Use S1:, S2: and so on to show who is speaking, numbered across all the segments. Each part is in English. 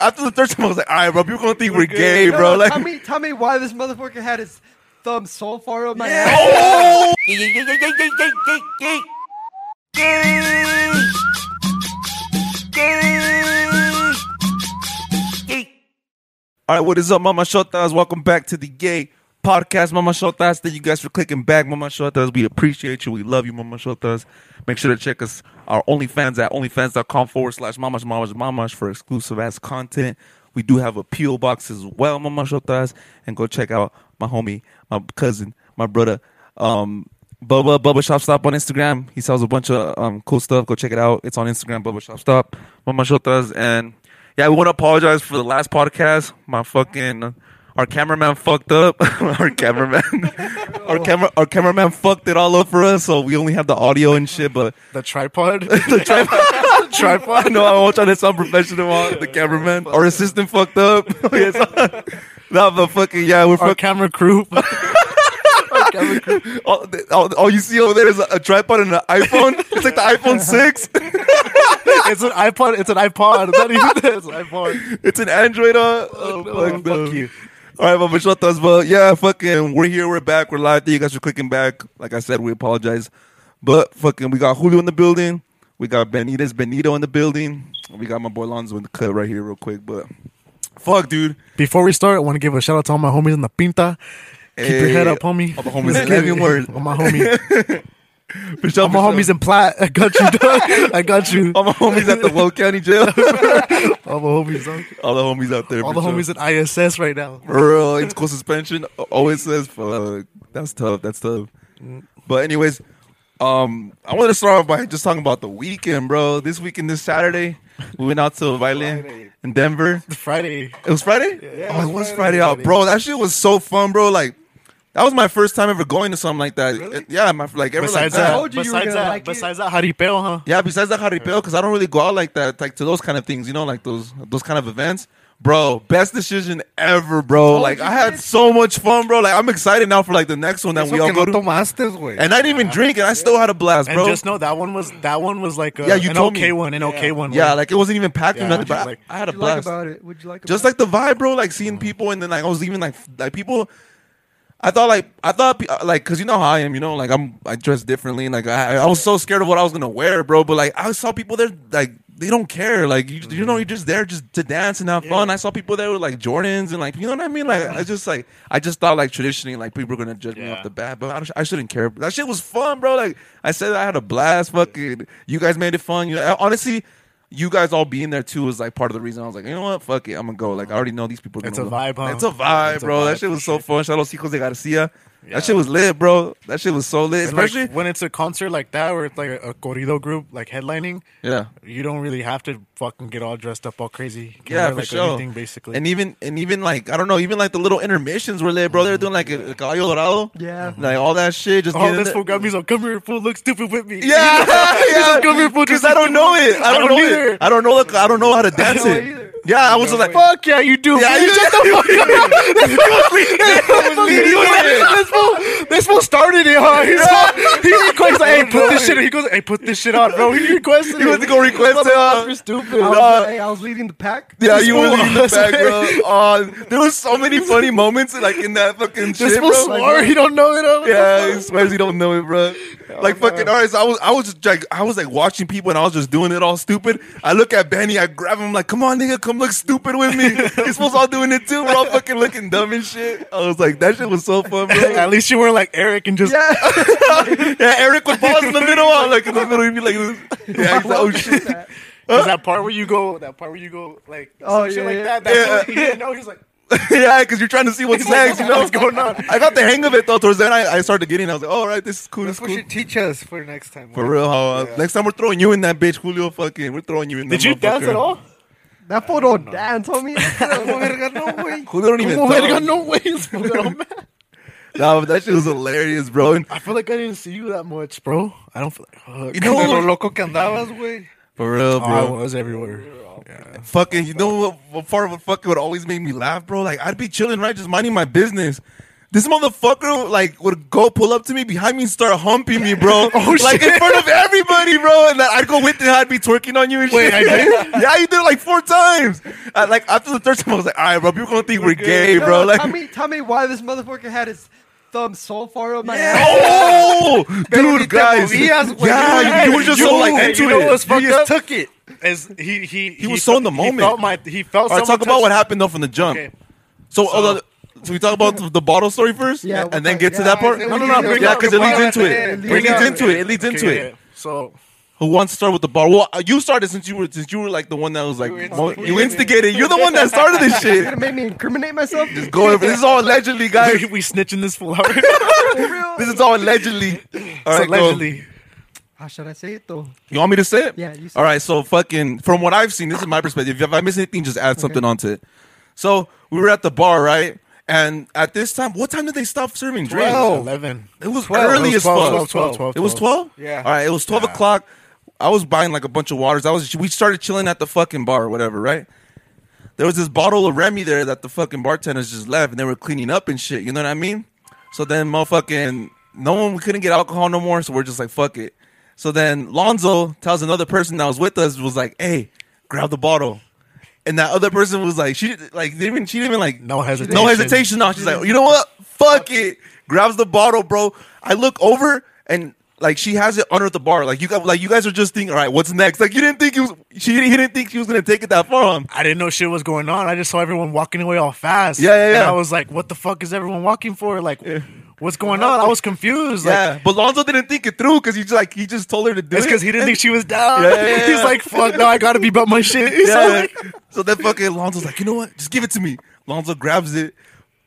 S1: after the third time, I was like, all right, bro, people gonna think we're,
S2: good.
S1: gay,
S2: No,
S1: bro. Like,
S3: tell me, tell me why this motherfucker had his thumb so far up my ass.
S1: oh, All right, what is up, Mama Shotas? Welcome back to the Gay Podcast, Mama Shotas. Thank you guys for clicking back, Mama Shotas. We appreciate you. We love you, Mama Shotas. Make sure to check us our OnlyFans at OnlyFans.com forward slash Mamas Mamas Mamas for exclusive ass content. We do have a PO box as well, Mama Shotas, and go check out my homie, my cousin, my brother, um, Bubba Bubba Shop Stop on Instagram. He sells a bunch of um, cool stuff. Go check it out. It's on Instagram, Bubba Shop Stop, Mama Shotas, and yeah, we want to apologize for the last podcast. My fucking our cameraman fucked up. our cameraman, our camera, our cameraman fucked it all up for us. So we only have the audio and shit. But
S2: The tripod?
S1: the tripod, tripod. No, I won't try to sound professional. the cameraman, our assistant, fucked up. yes. No, but fucking yeah, we're
S2: Our
S1: fucking.
S2: camera crew? Our camera crew.
S1: All, all, all you see over there is a, a tripod and an iPhone. It's like the iPhone six.
S2: It's an iPod. It's an iPod. It's not even that. It's an iPod.
S1: It's an Android. Uh, oh,
S2: no.
S1: fuck,
S2: Fuck
S1: you.
S2: you.
S1: All right, Mama Shotas, but yeah, fucking, we're here, we're back, we're live. Thank you guys for clicking back. Like I said, we apologize, but fucking, we got Julio in the building, we got Benitez Benito in the building, we got my boy Lonzo in the cut right here, real quick. But fuck, dude,
S2: Before we start, I want to give a shout out to all my homies in the Pinta. Keep your
S1: Hey,
S2: head up, homie.
S1: all the homies
S2: Just
S1: in
S2: kidding.
S1: Leavenworth.
S2: All my homies.
S1: for sure,
S2: All my
S1: for sure.
S2: homies in Platt. I got you, dog. I got you.
S1: all my homies at the Will County Jail,
S2: All my homies, dog.
S1: all the homies out there,
S2: All the homies at ISS right now.
S1: Bro, it's cool suspension. Always says, fuck, that's tough. That's tough. But anyways, um, I wanted to start off by just talking about the weekend, bro. This weekend, this Saturday, we went out to a violin in Denver.
S2: Friday.
S1: It was Friday.
S2: Yeah,
S1: oh,
S2: it
S1: it was
S2: was
S1: Friday,
S2: Friday.
S1: out, bro. That shit was so fun, bro. Like. That was my first time ever going to something like that. It- yeah, my like ever
S2: Besides
S1: like that.
S3: told
S2: that,
S3: you you were
S2: besides
S3: gonna
S2: that,
S3: like it.
S2: besides that, jaripeo, huh?
S1: Yeah, besides the jaripeo, because I don't really go out like that, like to those kind of things, you know, like those those kind of events. Bro, best decision ever, bro. like
S3: you,
S1: I had
S3: bitch.
S1: so much fun, bro. Like I'm excited now for like the next one that we all go to. And I didn't even drink, and I still had a blast,
S2: And
S1: bro.
S2: just know that one was that one was like a,
S1: Yeah, you
S2: an
S1: told
S2: okay
S1: me.
S2: one, an okay one.
S1: yeah, like it wasn't even packed or
S2: Yeah.
S1: nothing, but
S2: Like-
S1: I, I had a
S3: What'd you like
S1: blast.
S3: about it? Would you like
S1: just
S3: about
S1: like the vibe, bro. Like seeing people, and then like I was even like f- like people. I thought like I thought pe- uh, like because you know how I am, you know, like I'm I dress differently, and like I, I was so scared of what I was gonna wear, bro. But like I saw people there like they don't care, like you, you
S2: Mm-hmm.
S1: know, you're just there just to dance and have fun. I saw people there with like Jordans and like you know what I mean. Like I just like I just thought like traditionally like people were gonna judge me
S2: Yeah.
S1: off the bat, but I, sh- I shouldn't care. That shit was fun, bro. Like I said, I had a blast. Fucking you guys made it fun. You know, honestly. You guys all being there too was like part of the reason I was like, you know what, fuck it, I'm gonna go. Like I already know these people. are
S2: Uh-huh. It's
S1: gonna
S2: a
S1: love-
S2: vibe, huh?
S1: It's a vibe,
S2: It's a
S1: bro. that
S2: vibe
S1: shit
S2: for
S1: was so fun. Shout out Hijos de Garcia. That shit was lit, bro. That shit was so lit,
S2: And, like,
S1: especially
S2: when it's a concert like that, where it's like a, a corrido group like headlining.
S1: yeah.
S2: You don't really have to fucking get all dressed up all crazy. You can
S1: Yeah,
S2: wear,
S1: for
S2: like
S1: sure.
S2: Anything basically.
S1: And even and even like I don't know, even like the little intermissions were lit, bro. They were doing like a, a caballo dorado,
S3: Yeah.
S1: like all that shit. Just
S2: oh,
S1: getting
S2: this
S1: it-
S2: fool got me so come here, fool. Look stupid with me.
S1: yeah, yeah.
S2: come here, fool.
S1: Because
S2: Just
S1: I don't know it. I
S2: I
S1: don't,
S2: don't
S1: know
S2: either.
S1: it. I don't know. Like, I don't know how to dance
S3: know
S1: it.
S3: either.
S1: Yeah, I was just like, fuck.
S2: Fuck yeah, you do.
S1: Yeah,
S2: fool.
S1: you
S2: Shut the fuck up.
S1: leading with
S2: This fool, this fool started it, huh? He's all, he requests, like, hey, put this shit. He goes, hey, put this shit on, bro. He requested.
S1: You
S2: it.
S1: went to go request it.
S2: Motherfucker,
S1: uh,
S2: stupid.
S3: I was,
S1: uh,
S3: Oh, hey, I was leading the pack.
S1: Yeah, you were
S2: fool
S1: leading the
S2: was-
S1: back, bro. Oh, there was so many funny moments like in that fucking
S2: This
S1: shit,
S2: fool
S1: bro.
S2: swore he don't know it. huh?
S1: Yeah, he swears he don't know it, bro. Like fucking artists, I was I was just like I was like watching people and I was just doing it all stupid. I look at Benny, I grab him, like, come on, nigga, come look stupid with me. He's supposed all doing it too. We're all fucking looking dumb and shit. I was like, that shit was so fun, bro.
S2: At least you were like Eric and just
S3: Yeah.
S1: yeah, Eric would pause in the middle, I'm like in the middle, he'd be like, this. yeah, he's like, oh shit.
S2: Is that part where you go? That part where you go like
S3: Oh,
S2: oh
S3: yeah,
S2: shit like
S3: yeah.
S2: that. That
S1: Yeah.
S2: yeah. he didn't know. He's like,
S1: yeah, because you're trying to see what's
S2: He's like,
S1: next. You know
S2: what's going on?
S1: I got the hang of it though. Towards then, I, I started getting. I was like, all right, this is cool. This is
S4: That's what
S1: cool.
S4: you teach us for next time.
S1: For real, how, uh, next time we're throwing you in that bitch, Julio. Fucking, we're throwing you in.
S2: did
S1: that
S2: you dance
S1: motherfucker.
S2: at all?
S3: that fool don't dance, homie.
S4: Como verga, no, güey.
S1: Julio don't even.
S2: Well, I got
S1: dance.
S2: no way. This fool got all mad.
S1: Nah, but that shit was hilarious, bro. And
S2: I feel like I didn't see you that much, bro. I don't feel like.
S1: you
S2: Ugh.
S1: know
S4: Con lo
S1: what?
S4: loco que andabas, güey.
S1: For real,
S2: Oh, I
S1: bro.
S2: was everywhere.
S1: Fucking, you know what, what part of what fucking would always make me laugh, bro? Like I'd be chilling, right, just minding my business. This motherfucker like would go pull up to me behind me and start humping me, bro.
S2: Oh,
S1: like in front of everybody, bro. And I'd go with it, I'd be twerking on you and
S2: Wait,
S1: shit.
S2: I did?
S1: yeah, you did it like four times. I, like after the third time, I was like, all right, bro, people gonna think we're, gay,
S3: No,
S1: bro.
S3: no,
S1: Like,
S3: tell me, tell me why this motherfucker had his thumb so far up my ass.
S1: oh, dude, guys,
S4: movías, güey.
S1: yeah, you, you were just so like
S2: hey,
S1: into
S2: you know
S1: it.
S2: what's
S1: You
S2: fucked
S1: just
S2: up?
S1: took-
S2: took it. As he, he, he
S1: was so in the
S2: he
S1: moment.
S2: Felt my, he felt
S1: All right, talk
S2: someone
S1: about
S2: touch-
S1: what happened though from the jump.
S2: Okay.
S1: So, although, so we talk about the- the bottle story first,
S3: Yeah,
S1: and then
S3: okay,
S1: get to
S3: yeah,
S1: that part.
S4: I- No, no, no, bring
S1: yeah,
S4: up
S1: because
S4: the
S1: it leads into
S4: bottle at
S1: it.
S4: the
S1: It
S4: end.
S3: Bring
S1: leads
S3: up.
S1: into it. It leads into
S2: Okay,
S1: it.
S2: yeah. So
S1: Who wants to start with the bottle? Well, uh, you started since you were since you were like the one that was like
S4: You
S1: mo-
S4: instigated.
S1: you instigated. You're the one that started this
S3: You're
S1: shit.
S3: gonna make me incriminate myself?
S1: Just go over. This is all allegedly, guys.
S2: we, we snitching this fool out.
S3: For real?
S1: This is all allegedly. All right, go.
S2: allegedly.
S3: How Ah, should I say it though?
S1: You want me to say it?
S3: Yeah, you say
S1: All right. So fucking from what I've seen, this is my perspective. If I miss anything, just add something onto it. So we were at the bar, right? And at this time, what time did they stop serving drinks?
S4: Twelve.
S2: Eleven.
S1: It was
S4: 12.
S1: early
S4: It
S1: as
S4: was
S1: fuck.
S4: 12,
S2: 12, 12, 12.
S1: It was 12?
S4: Yeah.
S1: All right, it was 12 o'clock. I was buying like a bunch of waters. I was we started chilling at the fucking bar or whatever, right? There was this bottle of Remy there that the fucking bartenders just left and they were cleaning up and shit, you know what I mean? So then motherfucking no one we couldn't get alcohol no more, so we're just like fuck it. So then Lonzo tells another person that was with us was like, "Hey, grab the bottle." And that other person was like, she like didn't even she didn't even like
S2: No hesitation.
S1: no hesitation. No, she's like, you know what? Fuck it. Grabs the bottle, bro. I look over and like she has it under the bar. Like you got like you guys are just thinking, all right, what's next? Like you didn't think he was she didn't, he didn't think she was gonna take it that far. Um,
S2: I didn't know shit was going on. I just saw everyone walking away all fast.
S1: Yeah, yeah,
S2: And
S1: yeah.
S2: I was like, what the fuck is everyone walking for? Like, what's going on? I was confused. Like,
S1: yeah, but Lonzo didn't think it through because he just like he just told her to do
S2: it's
S1: it.
S2: because he didn't think she was down.
S1: Yeah, yeah, yeah.
S2: He's like, fuck, no, I gotta be about my shit. He's
S1: Yeah.
S2: like,
S1: so then fucking Lonzo's like, you know what? Just give it to me. Lonzo grabs it,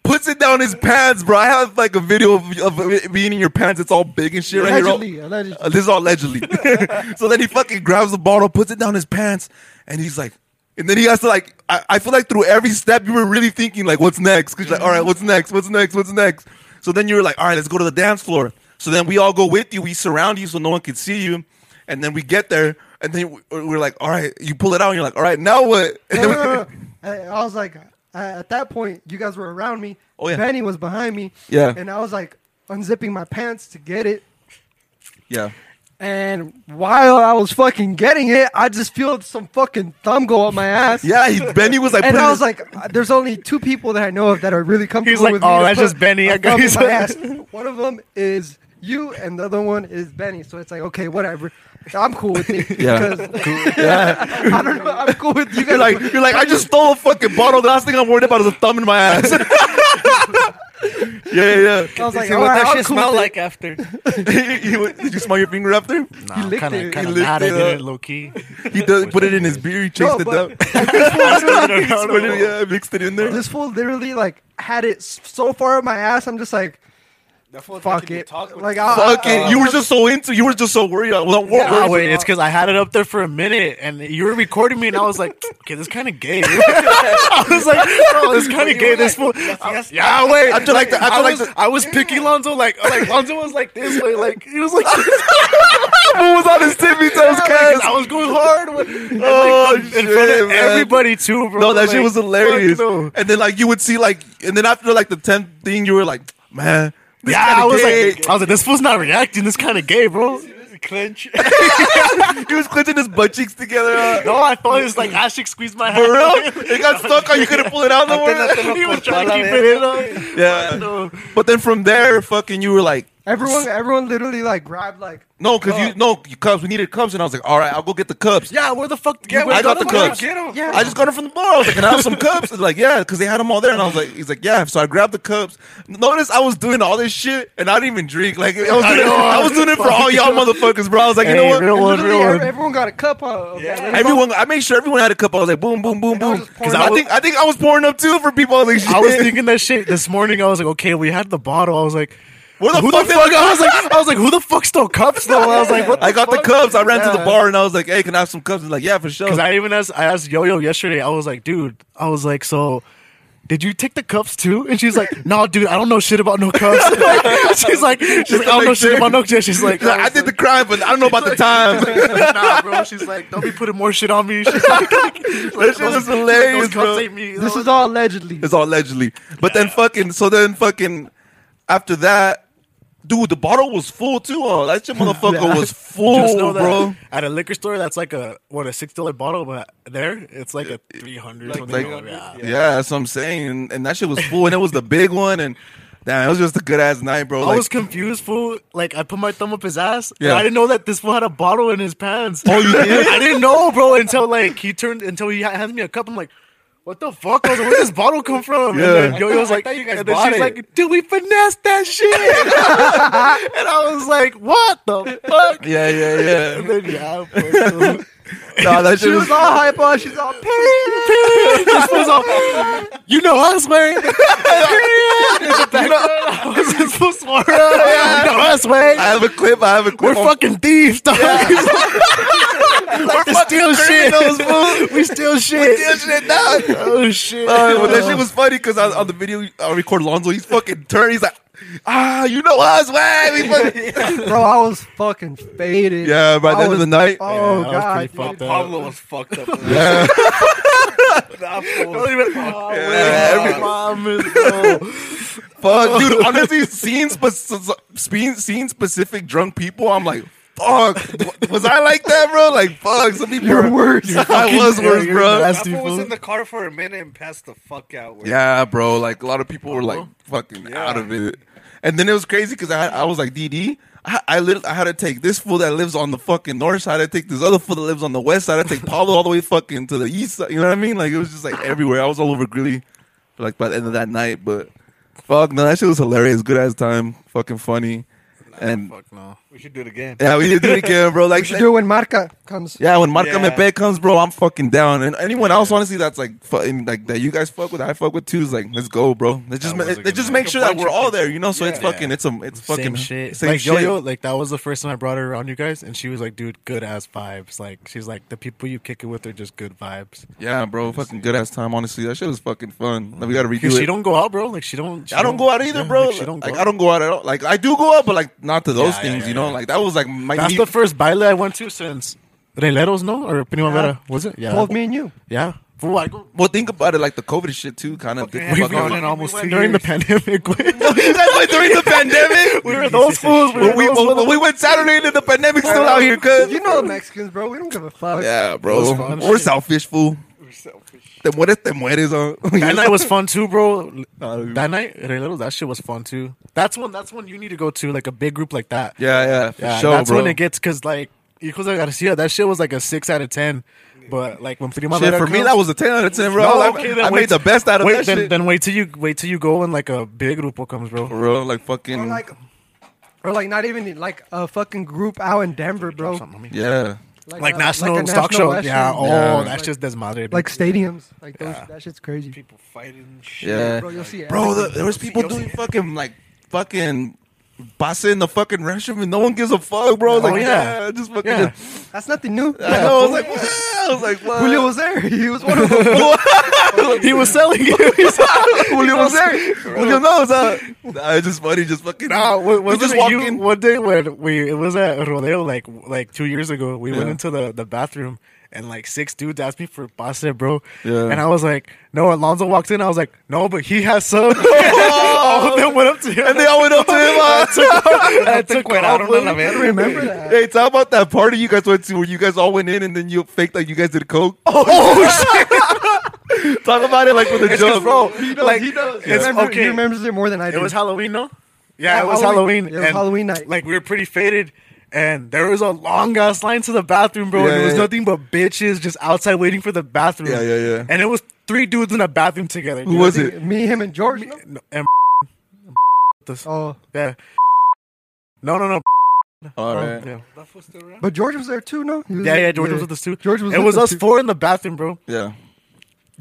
S1: puts it down his pants, bro. I have like a video of, of it being in your pants. It's all big and shit right here.
S3: Allegedly, allegedly.
S1: Uh, this is all allegedly. so then he fucking grabs the bottle, puts it down his pants, and he's like, and then he has to like, I, I feel like through every step you were really thinking like, what's next? Because you're like, all right, what's next? What's next? What's next? So then you're like, all right, let's go to the dance floor. So then we all go with you. We surround you so no one can see you. And then we get there, and then we- we're like, all right, you pull it out, and you're like, all right, now what? And
S3: No,
S1: then
S3: no,
S1: we-
S3: no, no. I, I was like, uh, at that point, you guys were around me.
S1: Oh, yeah.
S3: Benny was behind me.
S1: Yeah.
S3: And I was like unzipping my pants to get it.
S1: yeah.
S3: And while I was fucking getting it, I just feel some fucking thumb go up my ass.
S1: Yeah, he, Benny was like,
S3: And
S1: putting
S3: I was
S1: his-
S3: like, uh, there's only two people that I know of that are really comfortable
S2: like,
S3: with me
S2: "Oh,
S3: to
S2: that's
S3: put
S2: just Benny.
S3: a
S2: I got-
S3: thumb in
S2: he's
S3: my
S2: like-
S3: ass. One of them is you, and the other one is Benny. So it's like, okay, whatever. I'm cool with it.
S1: Yeah.
S3: Because I don't know. I'm cool with you
S1: you're
S3: guys.
S1: like, you're like, I just stole a fucking bottle. The last thing I'm worried about is a thumb in my ass. yeah, yeah,
S3: I was like,
S4: Like, see
S3: all
S4: what
S3: right,
S4: that
S3: I'm
S4: shit
S3: cool
S4: smell
S3: with it.
S4: like after.
S1: yeah. He would- Did you smell your finger after?
S2: nah,
S3: He licked
S2: kinda,
S3: it.
S2: Kinda
S1: He licked
S2: mad I
S1: it
S2: did
S1: up.
S2: it low key.
S1: He does, put it in his beer. He chased
S3: No,
S1: it
S3: but-
S1: up. Put it- yeah, mixed it in there.
S3: This fool literally like had it s- so far up my ass. I'm just like, fuck it. Like, I, uh,
S1: Fuck
S3: I-
S1: it. You were just so into. You were just so worried. I was worried.
S2: Oh, wait, it's because uh, I had it up there for a minute and you were recording me, and I was like, okay, this kind of gay. I was like, oh, this kind of gay. This fool. Yeah, wait.
S1: I feel like the- I feel like
S2: was,
S1: the-
S2: I was picking Lonzo like like Lonzo was like this way like he was like this.
S1: Who was on his tippy toes,
S2: Because
S1: cuz?
S2: I was going hard with, and,
S1: Oh,
S2: like, in front
S1: shit,
S2: of
S1: man.
S2: everybody too, bro.
S1: No, that shit
S2: Like,
S1: was hilarious.
S2: fuck no.
S1: And then like you would see like, and then after like the tenth thing, you were like, man. this
S2: Yeah,
S1: kinda
S2: I was
S1: gay.
S2: like, I was like, this fool's not reacting. This kind of gay, bro.
S4: Clinch.
S1: he was clenching his butt cheeks together. uh,
S2: No, I thought it was like Ashik squeezed my
S1: For real?
S2: hand.
S1: It got stuck on you couldn't pull it out no more?
S2: he was trying to keep it in.
S1: Yeah.
S2: No.
S1: But then from there, fucking you were like,
S3: everyone, everyone literally like grabbed like.
S1: no, because you, no, you cups, we needed cups. And I was like, all right, I'll go get the cups.
S2: Yeah, where the fuck?
S4: Yeah,
S1: I
S4: wait,
S1: got
S4: no,
S1: the
S4: no, no,
S1: cups.
S4: Get him.
S3: Yeah.
S1: I just got them from the bar. I was like, can I have some cups? It's like, yeah, because they had them all there. And I was like, he's like, yeah. So I grabbed the cups. Notice I was doing all this shit and I didn't even drink. Like, I was doing, it, I was doing it for all y'all motherfuckers, bro. I was like, you know
S2: Hey,
S1: what?
S2: real
S3: and
S2: one,
S3: literally
S2: real
S3: ev-
S2: one.
S3: Everyone got a cup of yeah.
S1: Everyone, I made sure everyone had a cup. I was like, boom, boom, boom,
S3: And I was
S1: boom.
S3: just
S1: Because
S3: pouring
S1: I,
S3: up.
S1: think I think I was pouring up too for people. I was like, shit.
S2: I was thinking that shit this morning. I was like, okay, we had the bottle. I was like,
S1: Where the
S2: who
S1: fuck
S2: the
S1: did-
S2: fuck? I was like, I was like, who the fuck still cups though? I was like, what?
S1: I got the cups. I ran to the
S2: Yeah.
S1: bar and I was like, "Hey, can I have some cups?" He's like, "Yeah, for sure."
S2: Because I even asked, I asked Yo Yo yesterday. I was like, dude, I was like, so. Did you take the cups too? And she's like, "No, dude, I don't know shit about no cups." she's like, she's like, I don't know shit about no cups. She's like,
S1: He's like, I did the crime, but I don't know about the time.
S2: nah, bro. She's like, don't be putting more shit on me. She's like,
S1: that shit was hilarious, bro.
S2: me.
S3: This is all allegedly.
S1: It's all allegedly, but then fucking so then fucking after that, dude, the bottle was full too. Oh, that shit motherfucker
S3: Yeah.
S1: was full,
S2: Just know that
S1: bro.
S2: at a liquor store, that's like a what a six dollar bottle, but there it's like a three hundred.
S4: Like,
S2: something.
S4: like-
S2: yeah.
S1: Yeah. that's what I'm saying. And, and that shit was full, and it was the big one. And damn, it was just a good ass night, bro.
S2: I
S1: Like,
S2: was confused, fool. Like I put my thumb up his ass. Yeah.
S1: Yeah.
S2: I didn't know that this fool had a bottle in his pants.
S1: Oh, you did?
S2: I didn't know, bro, until like he turned until he ha- handed me a cup. I'm like, what the fuck? I was like, where this bottle come from?
S1: Yeah.
S2: And then Yo Yo was
S4: I
S2: like,
S4: thought you guys
S2: and then
S4: bought
S2: she's
S4: it.
S2: like, dude, we finessed that shit. and I was like, what the fuck?
S1: yeah, yeah, yeah.
S2: And then yeah, fool, so-
S1: Nah, that
S3: She
S1: shit
S3: was
S1: was.
S3: all hype on. She's all pissed.
S2: This fool's all, you know us, Wayne. In the background, I was just so smart. You know us, Wayne.
S1: I have a clip. I have a
S2: We're
S1: clip. on-
S2: fucking thieves, dog. we steal shit. we steal shit.
S1: That shit, nah.
S2: Oh shit.
S1: Uh, but that shit was funny because on, on the video I record Lonzo, he's fucking turned. He's like, ah, you know us, man. We fucking-
S3: Bro, I was fucking faded.
S1: yeah, by the
S3: I
S1: end of
S3: was-
S1: the night.
S3: Oh,
S2: Yeah, I was
S3: God.
S2: pretty fucked
S3: dude.
S2: up.
S4: Pablo was fucked up.
S1: Yeah.
S4: That fool
S2: Don't
S4: was-
S2: even- oh,
S1: Yeah,
S2: Wayne,
S1: every-
S2: promise, bro.
S1: Fuck, dude. Honestly, scene, spe- scene, scene specific drunk people, I'm like, fuck. w- Was I like that, bro? Like, fuck. Some people
S3: You're
S1: are-
S3: worse.
S1: I was
S2: You're
S1: worse,
S2: fucking-
S1: bro.
S2: you're
S4: That
S2: nasty,
S4: fool was
S2: fool.
S4: in the car for a minute and passed the fuck out. Wayne.
S1: Yeah, bro. Like a lot of people were like fucking
S4: Yeah.
S1: out of it, and then it was crazy because I had, I was like DD. I I, lit, I had to take this fool that lives on the fucking north side. I take this other fool that lives on the west side. I take Pablo all the way fucking to the east side. You know what I mean? Like it was just like everywhere. I was all over Greeley, like by the end of that night. But fuck, no, that shit was hilarious. Good ass time, fucking funny, and
S2: Fuck no.
S4: We should do it again.
S1: yeah, we did it again, bro. Like
S3: We should do it when Marca comes.
S1: yeah, when Marca
S4: Yeah.
S1: Mepe comes, bro, I'm fucking down. And anyone else, honestly, that's like fucking like that you guys fuck with, I fuck with too. Is like, let's go, bro. Let's just
S2: was a
S1: let's
S2: good
S1: just
S2: night.
S1: make sure that we're all there, you know. So it's
S4: Yeah.
S1: fucking it's a it's fucking
S2: Same shit.
S1: Same
S2: like
S1: shit.
S2: Yo Yo, like that was the first time I brought her around you guys, and she was like, "Dude, good ass vibes." Like she's like, "The people you kick it with are just good vibes."
S1: Yeah, bro, fucking good ass time. Honestly, that shit was fucking fun. Like, we gotta redo
S2: Cause
S1: it.
S2: she don't go out, bro. Like she don't. she
S1: I don't go out either,
S2: yeah,
S1: bro.
S2: like,
S1: Like,
S2: she don't. go
S1: I
S2: out.
S1: don't go out at all. Like I do go out, but like not to those
S2: Yeah, yeah,
S1: things,
S2: yeah,
S1: you know.
S2: yeah.
S1: Like that was like my
S2: That's
S1: meet-
S2: the first baile I went to since Releros, no? Or Primavera, was it? Yeah.
S3: Both me and you.
S2: Yeah. Fool, I go-
S1: well. Think about it, like the COVID shit too, kind of.
S4: Fucking
S2: we
S4: Fuck
S2: went
S4: on
S2: in
S4: it.
S2: almost
S4: We
S2: two
S4: went
S2: during the
S4: years.
S2: pandemic.
S1: you guys went during the pandemic.
S2: we were those fools. We were
S1: When we,
S2: those
S1: when
S2: fools.
S1: we went Saturday into the pandemic, still out here, cuz
S3: You know Mexicans, bro. We don't give a fuck.
S1: Yeah,
S2: was
S1: bro.
S2: fun.
S1: We're selfish, fool.
S4: We're selfish.
S1: Te mueres, te mueres. huh?
S2: that night was fun too, bro.
S1: Uh,
S2: That night, Releros, that shit was fun too. That's when. That's when you need to go to like a big group like that.
S1: yeah, yeah, for
S2: Yeah,
S1: sure,
S2: that's
S1: bro.
S2: when it gets because like Hijos de Garcia, that shit was like a six out of ten. But like when Primavera
S1: Shit, for me,
S2: comes-
S1: that was a 10 out of 10, bro.
S2: No,
S1: I-
S2: okay, then
S1: I,
S2: wait-
S1: made the best out of
S2: wait,
S1: that
S2: then,
S1: shit.
S2: then wait till you wait till you go and like a big grupo comes, bro.
S1: bro, like fucking.
S3: Or like, or like not even like a fucking group out in Denver, bro.
S2: Like,
S1: yeah.
S3: a-
S2: like national
S3: like a
S2: stock
S3: national
S2: show,
S3: Western.
S2: yeah. Oh,
S1: Yeah.
S2: that's just desmadre.
S3: Like stadiums, like those,
S2: Yeah.
S3: that shit's crazy.
S4: People fighting. and Shit.
S1: Yeah.
S3: Bro, you'll see it.
S1: Bro, the, there was people doing fucking, like, fucking. Pasa in the fucking restroom and no one gives a fuck, bro. I was
S2: Oh,
S1: like,
S2: yeah.
S1: yeah, just fucking.
S2: yeah,
S3: That's nothing new.
S1: I know. I was like, what? I was like, what?
S3: Julio was there. He was one of them.
S2: he was selling. it.
S1: Julio was there. Julio knows. Huh? Nah, it's just funny. Just fucking.
S2: Nah, wa-
S1: we
S2: wasn't
S1: just
S2: it
S1: walk
S2: you
S1: in.
S2: one day when we it was at rodeo like like two years ago? We went
S1: Yeah.
S2: into the the bathroom and like six dudes asked me for pasta, bro.
S1: Yeah.
S2: And I was like, no. Alonzo walked in. I was like, no, but he has some. All of them went up to him.
S1: Oh. and they all went up to him. huh?
S2: I took one out of
S4: la
S2: them.
S4: verga.
S3: Remember that?
S1: Hey, talk about that party you guys went to where you guys all went in and then you faked like you guys did coke. Oh, shit! talk about it like with a joke, bro.
S3: He knows.
S2: Like,
S3: he knows. He,
S2: it's
S3: remember,
S2: okay.
S3: he remembers it more than I do.
S2: It was Halloween, no? Yeah, it was
S3: Halloween.
S2: Halloween.
S3: It was
S2: and,
S3: Halloween night.
S2: Like we were pretty faded, and there was a long ass line to the bathroom, bro. and it
S1: Yeah,
S2: was
S1: yeah.
S2: nothing but bitches just outside waiting for the bathroom.
S1: Yeah, yeah, yeah.
S2: And it was three dudes in a bathroom together.
S1: Who
S2: dude.
S1: was it?
S3: me, him, and George. no?
S2: No, and this-
S3: Oh,
S2: yeah. No, no, no.
S1: All
S2: Yeah,
S1: right.
S2: yeah,
S4: That fool's still around.
S3: but George was there too. No, He was
S2: yeah.
S3: there-
S2: George was with us too.
S3: George was.
S2: It
S3: with
S2: was us
S3: too.
S2: four in the bathroom, bro.
S1: Yeah.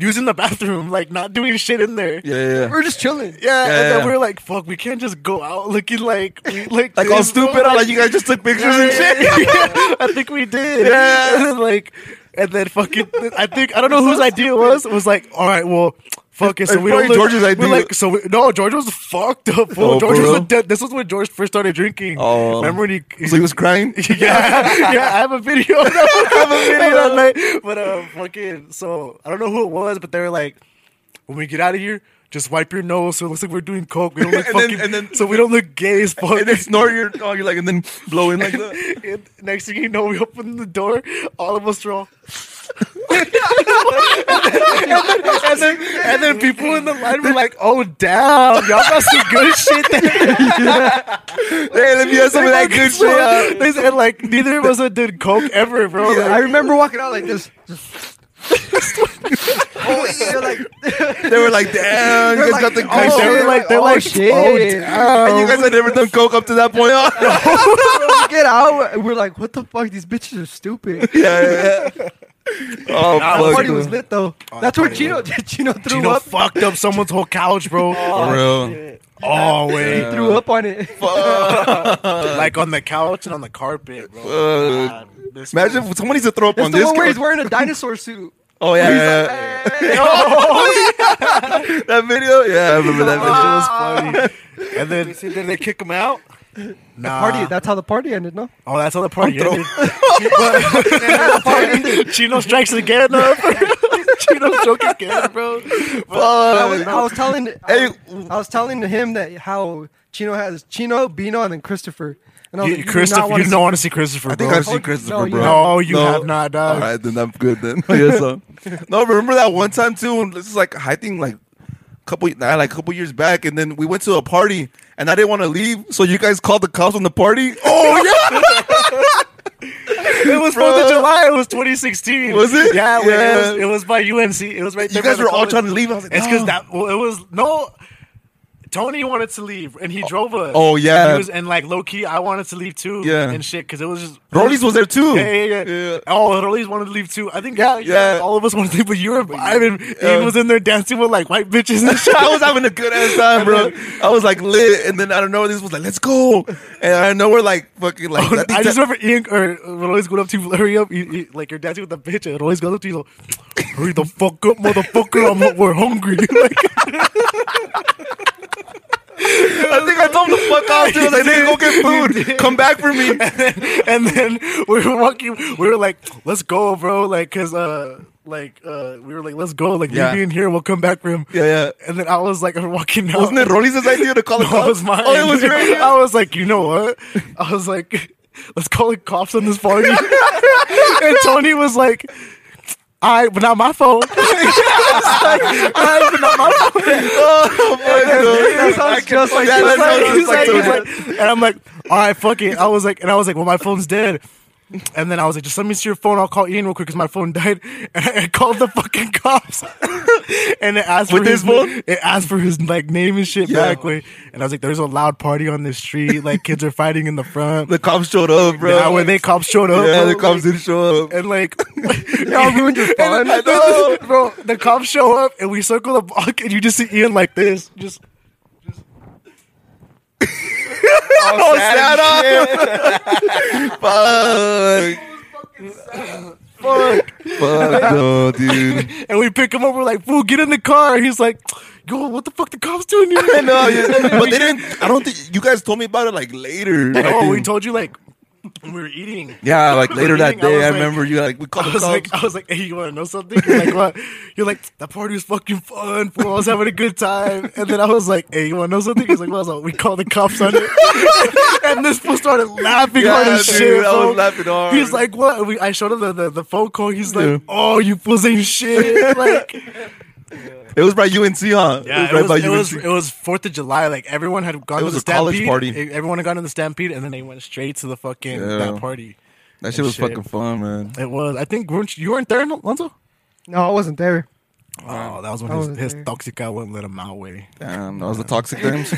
S2: Using the bathroom, like not doing shit in there.
S1: Yeah, yeah, yeah.
S3: We were just chilling.
S2: Yeah,
S1: Yeah,
S2: and then
S1: yeah.
S2: we were like, "Fuck, we can't just go out looking like we- like
S1: Like all
S2: this, bro.
S1: stupid, or like you guys just took pictures and shit.
S2: Yeah, I think we did.
S1: Yeah.
S2: And then, like, and then fucking, I think I don't know whose idea it was. It was like, all right, well, fuck it. So
S1: It's
S2: we don't
S1: probably
S2: look,
S1: George's idea.
S2: We're like, so we, no, George was fucked up. fool.
S1: Oh, for
S2: George was a
S1: real?
S2: dead. This was when George first started drinking.
S1: Oh.
S2: remember when he?
S1: So he was crying.
S2: yeah, yeah, I have a video. I have a
S1: video.
S2: that night. But uh, fucking, so I don't know who it was, but they were like, when we get out of here, Just wipe your nose so it looks like we're doing coke. We don't look
S1: And then-
S2: fucking,
S1: and then-
S2: so we don't look gay as fuck.
S1: and then snort your dog. You're like, and then blow in like that.
S2: And next thing you know, we open the door. All of us are all. and, then, and, then, and then people in the line were like, "Oh damn, y'all got some good shit." There.
S1: Hey, let me have some of that good shit.
S2: They said like neither of us had did coke ever, bro.
S3: Yeah,
S2: Like,
S3: I remember walking out like this. oh yeah, like
S1: They were like, damn, you guys got the good
S2: like, they
S1: shit.
S2: were like, they're
S3: oh,
S2: like,
S3: shit.
S2: "Oh damn."
S1: And you guys had never done coke up to that point. huh?
S3: get out. And we're like, what the fuck? These bitches are stupid.
S1: yeah, yeah, yeah. Oh,
S3: The
S1: fuck.
S3: party was lit though.
S2: Oh,
S3: That's
S4: the
S3: where
S4: party
S3: Chino Chino threw
S2: Gino
S3: up.
S2: fucked up someone's whole couch, bro.
S1: For real.
S2: All
S3: He
S2: way,
S3: threw up on it.
S2: like on the couch and on the carpet, bro.
S1: Uh,
S2: God, this
S1: imagine if someone needs to throw up
S3: It's
S1: on
S3: the
S1: this.
S3: one where he's
S1: couch.
S3: wearing a dinosaur suit.
S1: oh yeah, yeah, yeah. that video. Yeah, I remember that
S2: That
S1: video.
S2: shit was funny. And then,
S4: See, then they kick him out.
S2: nah.
S3: Party. That's how the party ended. No.
S2: oh, that's how the party ended. But- Chino strikes again, uh, Chino strikes again, bro.
S3: I
S1: Fuck.
S3: was, I was telling.
S1: Hey,
S3: I was telling him that how Chino has Chino, Bino, and then Christopher. And I was
S2: You,
S3: like, do
S2: Christopher,
S3: not
S2: um, you
S3: wanna
S2: don't want to see Christopher,
S1: I think
S2: bro.
S1: I've seen Christopher,
S3: no, you
S1: bro.
S3: haven't.
S2: No, you have not, dog.
S1: All right, then I'm good then. yeah, so. No, remember that one time too? When this is like I think like a couple nah, like a couple years back, and then we went to a party, and I didn't want to leave, so you guys called the cops on the party. Oh yeah,
S2: it was
S1: Bro.
S2: Fourth of July. It was 2016.
S1: Was it?
S2: Yeah, when
S1: Yeah.
S2: It, was, it was by UNC. It was right.
S1: you
S2: there by
S1: guys
S2: the
S1: were all
S2: college.
S1: trying to leave. I was like,
S2: It's because
S1: no.
S2: that well, it was no. Tony wanted to leave, and he drove us.
S1: oh, yeah.
S2: He was- and like low key, I wanted to leave too.
S1: Yeah.
S2: and shit, because it was just
S1: Rollies was there too.
S2: Yeah, yeah, yeah.
S1: Yeah.
S2: Oh, Rollies wanted to leave too. I think yeah, yeah.
S1: Yeah.
S2: All of us wanted to leave, but you were vibing.
S1: Yeah.
S2: Ian was in there dancing with like white bitches and shit.
S1: I was having a good ass time, bro. I was like lit, and then I don't know. This was like, let's go, and I know we're like fucking like. think
S2: I
S1: that-
S2: just remember Ian or Rollies going up to you, hurry up, you- you- like you're dancing with the bitch, and Rollies goes up to you, like, hurry the fuck up, motherfucker, I'm, we're hungry. like,
S1: I think I told him to fuck off too. I was like, "Nigga, go get food. Come back for me."
S2: and then we were walking. We were like, "Let's go, bro!" Like, cause uh, like uh, we were like, "Let's go!" Like,
S1: Yeah.
S2: leave me in here. We'll come back for him.
S1: Yeah, yeah.
S2: And then I was like, "We're walking out."
S1: Wasn't it Rollies' idea to call the
S2: No,
S1: cops?
S2: it was mine.
S1: Oh, it was your idea?
S2: I was like, you know what? I was like, let's call the cops on this party. and Tony was like. I but not my phone. I was like, "Aight, but not my phone.
S1: Oh my
S3: That
S1: god.
S3: sounds just like
S1: Yeah,
S2: He's
S1: that
S2: like-
S1: sounds
S2: he's
S1: just like
S2: like- he's
S1: Tony.
S2: like- and I'm like, all right, fuck it. I was like, and I was like, well, my phone's dead. And then I was like, just let me see your phone. I'll call Ian real quick because my phone died. And I called the fucking cops. and it asked
S1: With
S2: for
S1: his phone?
S2: It asked for his like name and shit
S1: Yeah.
S2: back way. And I was like, there's a loud party on the street. Like kids are fighting in the front.
S1: The cops showed up, bro.
S2: Now when they cops showed up,
S1: yeah,
S2: bro,
S1: the cops did show up.
S2: and like
S3: Y'all ruined your fun.
S2: And- no, bro, the cops show up and we circle the block and you just see Ian like this, just
S1: Oh, sad Fuck. Fuck. Fuck, no, dude.
S2: and we pick him up. We're like, "Fool, get in the car." And he's like, "Yo, what the fuck? The cops doing here?"
S1: I know, yeah. but they didn't. I don't think you guys told me about it like later. I
S2: Oh, we
S1: think.
S2: told you like when we were eating.
S1: yeah, like later that
S2: I was
S1: day. I
S2: like-
S1: remember you like we called
S2: I
S1: the
S2: was
S1: cops.
S2: like, I was like, hey, you want to know something? You're like, what? You're like, that party was fucking fun. Fool. I was having a good time. And then I was like, hey, you want to know something? He's like, well, I was like, we called the cops on it. and this fool started laughing
S1: Yeah,
S2: hard as
S1: dude,
S2: shit.
S1: I was
S2: fool.
S1: laughing hard.
S2: He's like, what? We, I showed him the, the, the phone call. He's like,
S1: Yeah.
S2: oh, you fools ain't shit. Like,
S1: it was by UNC, huh?
S2: yeah,
S1: right
S2: it, was,
S1: by
S2: it,
S1: UNC.
S2: was, it was Fourth of July. Like everyone had gone
S1: It was
S2: to the
S1: a college
S2: stampede.
S1: party.
S2: E- Everyone had gone to the stampede, and then they went straight to the fucking
S1: Yeah.
S2: that party.
S1: that shit was
S2: shit.
S1: fucking fun, man.
S2: It was. I think weren't you you weren't there, Lonzo?
S3: No, I wasn't there.
S2: Oh, that was when
S3: I
S2: his,
S3: was
S2: his
S3: there.
S2: toxic guy wouldn't let him out way.
S1: Damn, that was the toxic times.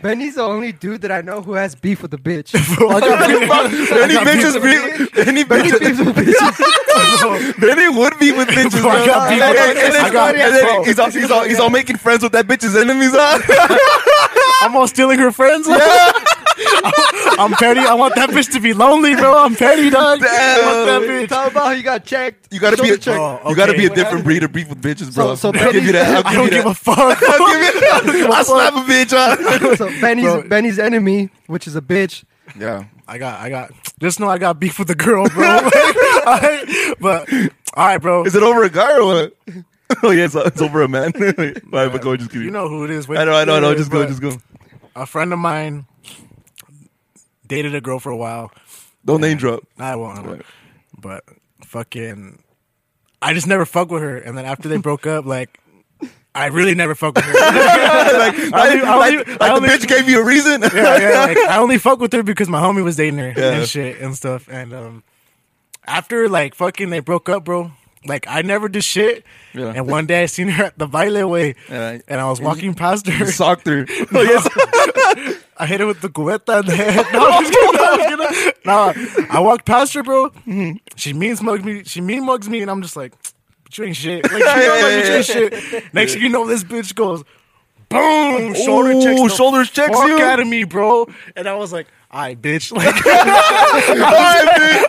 S3: Benny's the only dude that I know who has beef with a bitch.
S2: I got beat-
S1: Benny
S2: I got
S1: bitches
S2: beat-
S1: be Benny bitches.
S3: Beefs with bitches.
S1: Benny would be with bitches.
S2: Bro, I got
S1: bro.
S2: beat
S1: And
S2: with-
S1: then- and then-
S2: I got-
S1: and then
S2: bro.
S1: he's all he's all he's all making friends with that bitch's enemies. huh?
S2: I'm all stealing her friends. I'm petty. I want that bitch to be lonely, bro. I'm petty, dog. I want that bitch.
S3: Talk about how you got checked.
S1: You gotta be a,
S3: check.
S2: Oh,
S1: you gotta
S2: okay.
S1: be a different breed of beef with bitches, bro.
S3: So- so
S1: I'll give you that.
S2: I don't give a
S1: a.
S2: fuck.
S1: I'll give you. I slap a bitch. huh?
S3: So Benny's
S2: Oh. Bro.
S3: Benny's enemy, which is a bitch.
S1: Yeah.
S2: I got, I got. Just know I got beef with the girl, bro. Like, I- but all right, bro.
S1: Is it over a guy or what? oh yeah, it's, it's over a man. All right, but go, just give
S2: You know who it is. Wait
S1: I know, I know, I know.
S2: till
S1: Just go,
S2: but
S1: just go.
S2: A friend of mine dated a girl for a while.
S1: Don't name drop.
S2: I won't. I won't. But fucking, I just never fuck with her. And then after they broke up, like, I really never fuck with her.
S1: like, like,
S2: only- I only-
S1: like- like
S2: I only-
S1: the bitch gave you a reason.
S2: yeah, yeah, like, I only fuck with her because my homie was dating her
S1: Yeah.
S2: and shit and stuff. And um, after like fucking, they broke up, bro. Like I never did shit.
S1: Yeah.
S2: And one day I seen her at the Violet Way,
S1: Yeah.
S2: and I was walking past her.
S1: Socked her. Oh, yes.
S2: I hit her with the cubeta in the head. No, I'm just kidding, I'm just kidding. Nah, I walked past her, bro. She mean mugs me. She mean mugs me, and I'm just like, "But you ain't shit. Like, you know, like, you ain't shit. Next thing you know, this bitch goes, boom, shoulder
S1: Ooh,
S2: checks, the
S1: shoulders checks
S2: fuck
S1: you?
S2: out of me, bro. And I was like, "I bitch." Like,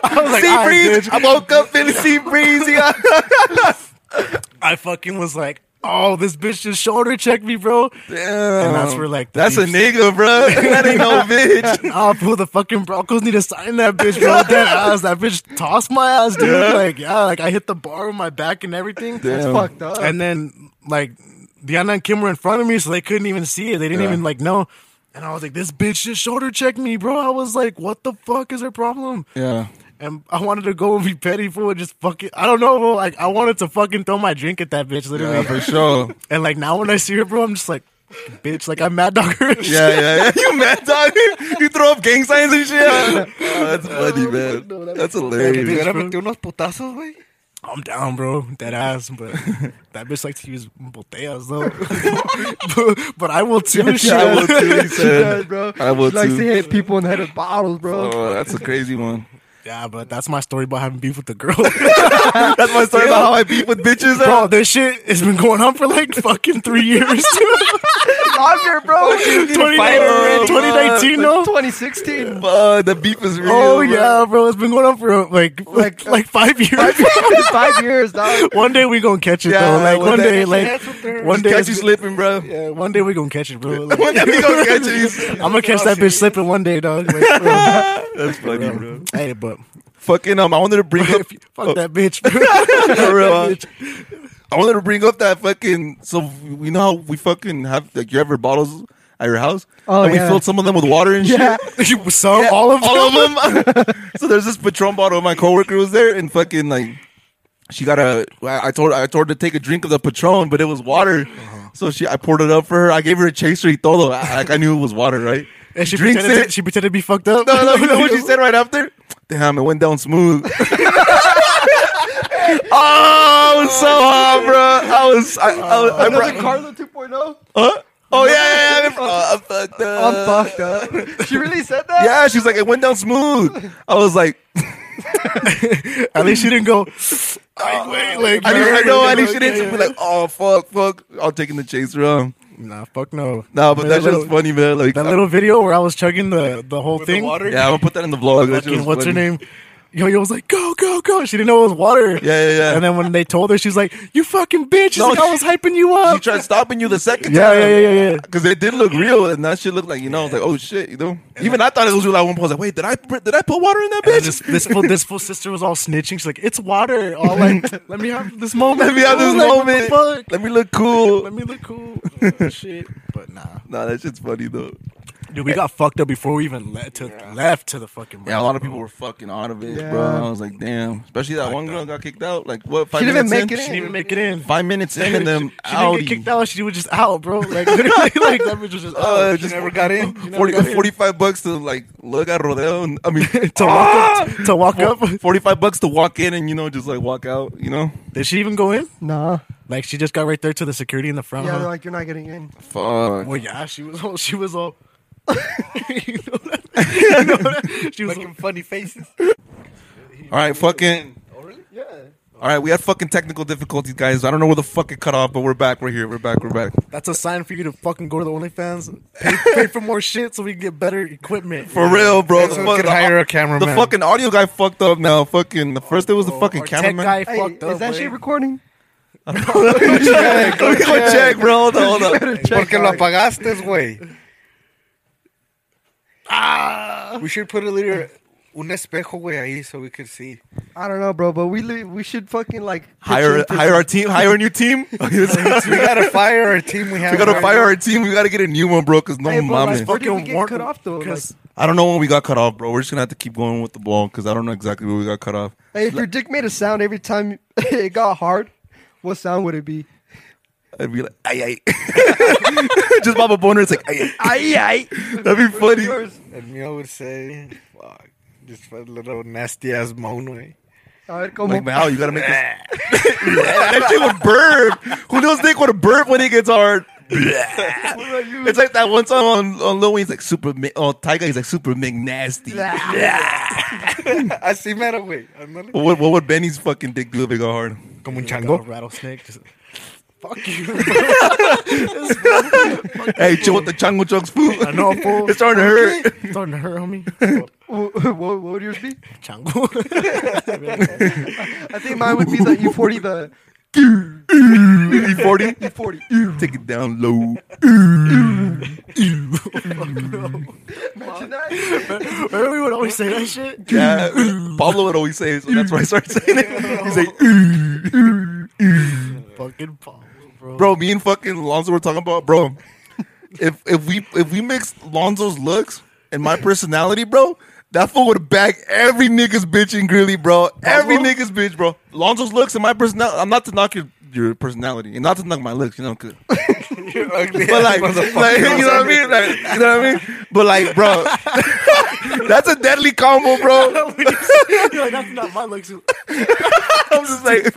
S1: I
S2: was like,
S1: sea
S2: "Alright,
S1: breeze.
S2: bitch."
S1: I woke up in the sea breeze. Yeah.
S2: I fucking was like, "Oh, this bitch just shoulder checked me, bro." And that's where like the
S1: That's a
S2: deep-
S1: nigga, bro. That ain't no bitch.
S2: Oh, bro, the fucking Broncos need to sign that bitch, bro. That ass, that bitch tossed my ass, dude. Like, yeah, like I hit the bar with my back and everything.
S3: That's
S1: Damn.
S3: fucked up.
S2: And then like Deanna and Kim were in front of me, so they couldn't even see it. They didn't
S1: Yeah.
S2: even like know. And I was like, this bitch just shoulder checked me, bro. I was like, what the fuck is her problem?
S1: Yeah.
S2: And I wanted to go and be petty for it, just fucking. I don't know, bro. Like I wanted to fucking throw my drink at that bitch, literally.
S1: Yeah, for sure.
S2: And like now when I see her, bro, I'm just like, bitch, like I'm mad dog her. and shit.
S1: Yeah, yeah, yeah. You mad dog? You throw up gang signs and shit. Oh, that's funny, man. That's hilarious.
S4: Te hubiera
S2: bro.
S4: metido unos putazos, güey.
S2: I'm down, bro. That ass, but that bitch likes to use botellas though. but, but I will too. shit.
S1: Yeah, I will too, he
S3: Yeah,
S1: said.
S3: bro.
S1: I will
S3: She likes to
S1: too.
S3: hit people in the head with bottles, bro.
S1: Oh, that's a crazy one.
S2: Yeah, but that's my story about having beef with the girl.
S1: That's my story about how I beat with bitches. uh.
S2: bro, this shit has been going on for like fucking three years.
S3: Longer, bro.
S2: 2019,
S1: bro.
S2: 2019, no.
S3: 2016.
S1: Uh, the beef is real.
S2: Oh
S1: bro. uh,
S2: yeah, bro. It's been going on for like
S3: Like-
S2: like like five years.
S3: Five years, dog.
S2: one day we gonna catch it
S1: Yeah,
S2: though. Like
S1: one
S2: one
S1: day-
S2: day, like
S4: That's what they're-
S2: one day,
S1: Catch
S2: it's-
S1: you slipping, bro.
S2: yeah, one day we gonna catch it, bro. Like,
S1: One day we gonna catch Oh, you.
S2: I'm gonna catch that bitch slipping one day, dog. Like, for real.
S1: That's funny, bro.
S2: Hey, but
S1: Fucking um, I wanted to bring up
S2: if you- fuck
S1: Oh.
S2: that bitch. bro.
S1: for real. uh, I wanted to bring up that fucking. So we know how we fucking have like you have your bottles at your house.
S3: Oh,
S1: and we
S3: yeah.
S1: filled some of them with water and
S3: Yeah.
S1: shit.
S2: you saw all of
S1: all
S2: them.
S1: of them. so there's this Patron bottle. My coworker was there and fucking like. She got a. I I told I told her to take a drink of the Patron, but it was water.
S2: Uh-huh.
S1: So she, I poured it up for her. I gave her a chaser y todo. I, like I knew it was water, right?
S2: And she
S1: drinks
S2: pretended
S1: it.
S2: To, she pretended to be fucked up.
S1: No, no, you know what she said right after? Damn, it went down smooth. oh, I was so hot, bro. I was, I, I, was,
S2: Oh.
S1: I,
S3: Another
S1: brought-
S3: Carlo 2.0.
S1: huh? Oh yeah, yeah, yeah. I'm, oh, I'm fucked up.
S3: I'm fucked up. She really said that?
S1: Yeah, she's like, it went down smooth. I was like,
S2: At least she didn't go. I wait, like
S1: I didn't I know, I didn't. She
S2: okay,
S1: didn't be like, oh fuck, fuck. I'm taking the chase, bro.
S2: Nah, fuck no.
S1: No, but
S2: Man,
S1: that's
S2: that
S1: just
S2: little,
S1: funny, man. Like,
S2: that little video where I was chugging the the whole
S4: With
S2: thing.
S4: the water.
S1: yeah, I'm gonna put that in the vlog. That shit
S2: Fucking,
S1: was
S2: what's her
S1: funny.
S2: name? Yo, yo was like, go, go, go. She didn't know it was water.
S1: Yeah, yeah, yeah.
S2: And then when they told her, she's like, you fucking bitch. She's
S1: No,
S2: like, I was hyping you
S1: She
S2: up.
S1: tried stopping you the second
S2: Yeah,
S1: time.
S2: yeah, yeah, yeah, yeah.
S1: Because it did look real, and that shit looked like you know. I was like, oh shit, you know. Even I thought it was real at one point. I was like, wait, did I did I put water in that
S2: And then
S1: bitch?
S2: this this fool, this fool sister was all snitching. She's like, "It's water." All like, "Let me have this moment.
S1: Let me have
S2: I
S1: this
S2: was like, what
S1: moment.
S2: the fuck?
S1: Let me look cool.
S2: Let me look cool. Oh, shit. But nah.
S1: Nah, that shit's funny though.
S2: Dude, we got fucked up before we even le- to, left to the fucking
S1: Yeah, a lot of people were fucking out of it, bro.
S3: Yeah.
S1: I was like, damn. Especially that one girl got kicked out. Like what? Five
S3: She didn't
S1: minutes
S3: even
S1: in?
S3: make it
S2: She didn't
S3: in.
S2: even make it in.
S1: Five minutes in, and then
S2: She didn't get
S1: Audi.
S2: kicked out. She was just out, bro. Like, literally, like, that bitch was just out.
S1: Uh,
S4: She
S1: just
S4: never got in.
S1: 40, 45 bucks to like look at Rodeo. And, I mean,
S2: to walk up. To walk up.
S1: 45 bucks to walk in and, you know, just like walk out, you know?
S2: Did she even go in?
S3: Nah.
S2: Like, she just got right there to the security in the front.
S3: Yeah,
S2: huh?
S3: they're like, you're not getting in.
S1: Fuck.
S2: well, yeah, she was all. She was all. you know that? You know that? She was all,
S4: Fucking funny faces.
S1: All right, fucking.
S3: Yeah.
S1: All right, we had fucking technical difficulties, guys. I don't know where the fuck it cut off, but we're back. We're here. We're back. We're back.
S2: That's a sign for you to fucking go to the OnlyFans, pay, pay for more shit so we can get better equipment.
S1: For real, bro. The,
S4: Someone
S1: fuck-
S4: could
S1: the-
S4: hire a
S1: the
S4: cameraman.
S1: fucking audio guy fucked up now. Fucking the first it was the fucking
S2: Oh, Our
S1: cameraman.
S2: Tech guy
S3: Hey,
S2: fucked up.
S3: is that
S2: way.
S3: shit recording?
S1: Let me go check, bro. Hold on, hold on.
S4: Porque lo apagaste, güey. Ah. We should put a little un espejo, güey, ahí, so we could see.
S3: I don't know, bro, but we li- we should fucking like pitch
S1: Hire
S3: in for
S1: hire
S3: some-
S1: our team. Hire a new team. we
S4: We gotta fire our team. We have.
S1: gotta
S4: right
S1: fire
S4: now.
S1: our team. We gotta get a new one, bro. Cause no
S3: Hey, but, like,
S1: mames.
S3: where did we
S2: Fucking
S3: get
S2: Wharton,
S3: cut off though? Like,
S2: 'cause-
S1: I don't know when we got cut off, bro. We're just gonna have to keep going with the ball because I don't know exactly where we got cut off.
S3: hey, if your dick made a sound every time it got hard, what sound would it be?
S1: I'd be like, ay ay. just Baba Boner. It's like, ay ay. That'd be funny.
S3: Yours.
S4: And me, I would say, fuck, just for a little nasty ass moan, way.
S3: A ver, como-
S1: Like, Mal, you gotta make this. that shit would burp. Who knows Nick would burp when he gets hard? it's like that one time on, on Lil Wayne's like super, mi- on Tyga, he's like super McNasty.
S4: Así mero, güey. Ándale.
S1: What, would- what would Benny's fucking dick do if it got hard?
S4: Como
S1: Oh.
S4: un
S2: Like a
S4: chango.
S2: Oh, rattlesnake. Just, fuck you.
S1: Hey, chill with the chango chunks, food.
S2: I know, fool.
S1: It's starting to hurt.
S2: It's starting to hurt, homie.
S3: what, what would yours be?
S2: Chango.
S3: I think mine would be the E40, the E
S1: E40?
S3: E40.
S1: Take it down low.
S3: Imagine that.
S2: Remember we would always say that shit?
S1: Yeah, Pablo would always say it, so that's why I started saying it. He's like,
S2: Fucking Paul, bro.
S1: bro, me and fucking Lonzo were talking about, bro. If if we if we mix Lonzo's looks and my personality, bro, that fool would bag every nigga's bitch in Greeley, bro. Every nigga's bitch, bro. Lonzo's looks and my personality. I'm not to knock your your personality and not to knock my looks, you know. 'cause-
S4: You're ugly.
S1: But like,
S4: motherfucker.
S1: like, you know what I mean? Like, you know what I mean? But like, bro, that's a deadly combo, bro.
S2: You're like, that's not my looks.
S1: I'm just like,